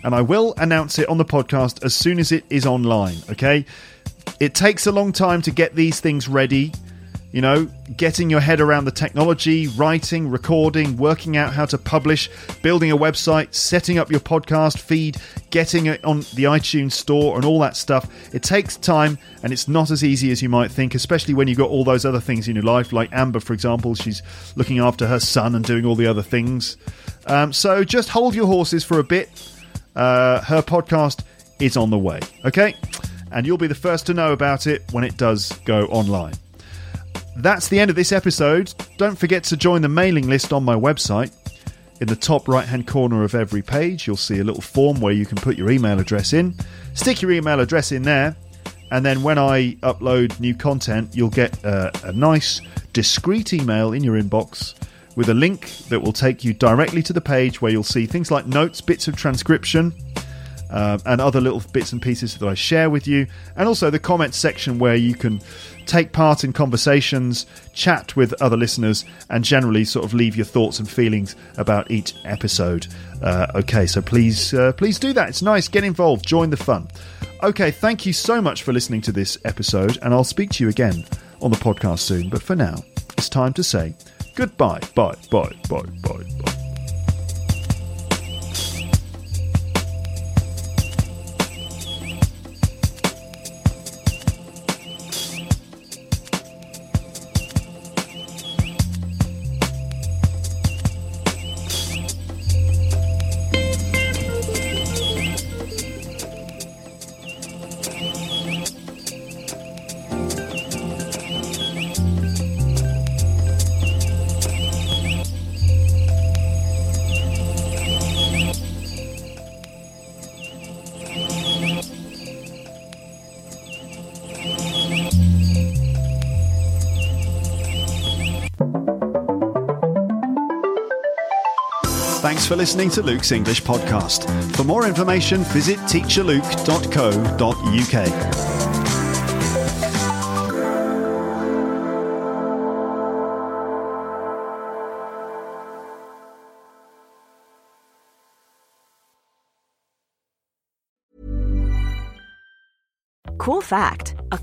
And I will announce it on the podcast as soon as it is online, okay? It takes a long time to get these things ready. You know, getting your head around the technology, writing, recording, working out how to publish, building a website, setting up your podcast feed, getting it on the iTunes store, and all that stuff. It takes time and it's not as easy as you might think, especially when you've got all those other things in your life, like Amber, for example. She's looking after her son and doing all the other things. Um, so just hold your horses for a bit. Uh, her podcast is on the way, okay? And you'll be the first to know about it when it does go online. That's the end of this episode. Don't forget to join the mailing list on my website. In the top right hand corner of every page, you'll see a little form where you can put your email address in. Stick your email address in there, and then when I upload new content, you'll get a, a nice, discreet email in your inbox with a link that will take you directly to the page where you'll see things like notes, bits of transcription, um, and other little bits and pieces that I share with you, and also the comments section where you can take part in conversations, chat with other listeners, and generally sort of leave your thoughts and feelings about each episode. Uh, okay, so please, uh, please do that. It's nice. Get involved. Join the fun. Okay, thank you so much for listening to this episode, and I'll speak to you again on the podcast soon. But for now, it's time to say goodbye. Bye, bye, bye, bye, bye. Thanks for listening to Luke's English podcast. For more information, visit teacherluke.co.uk. Cool fact a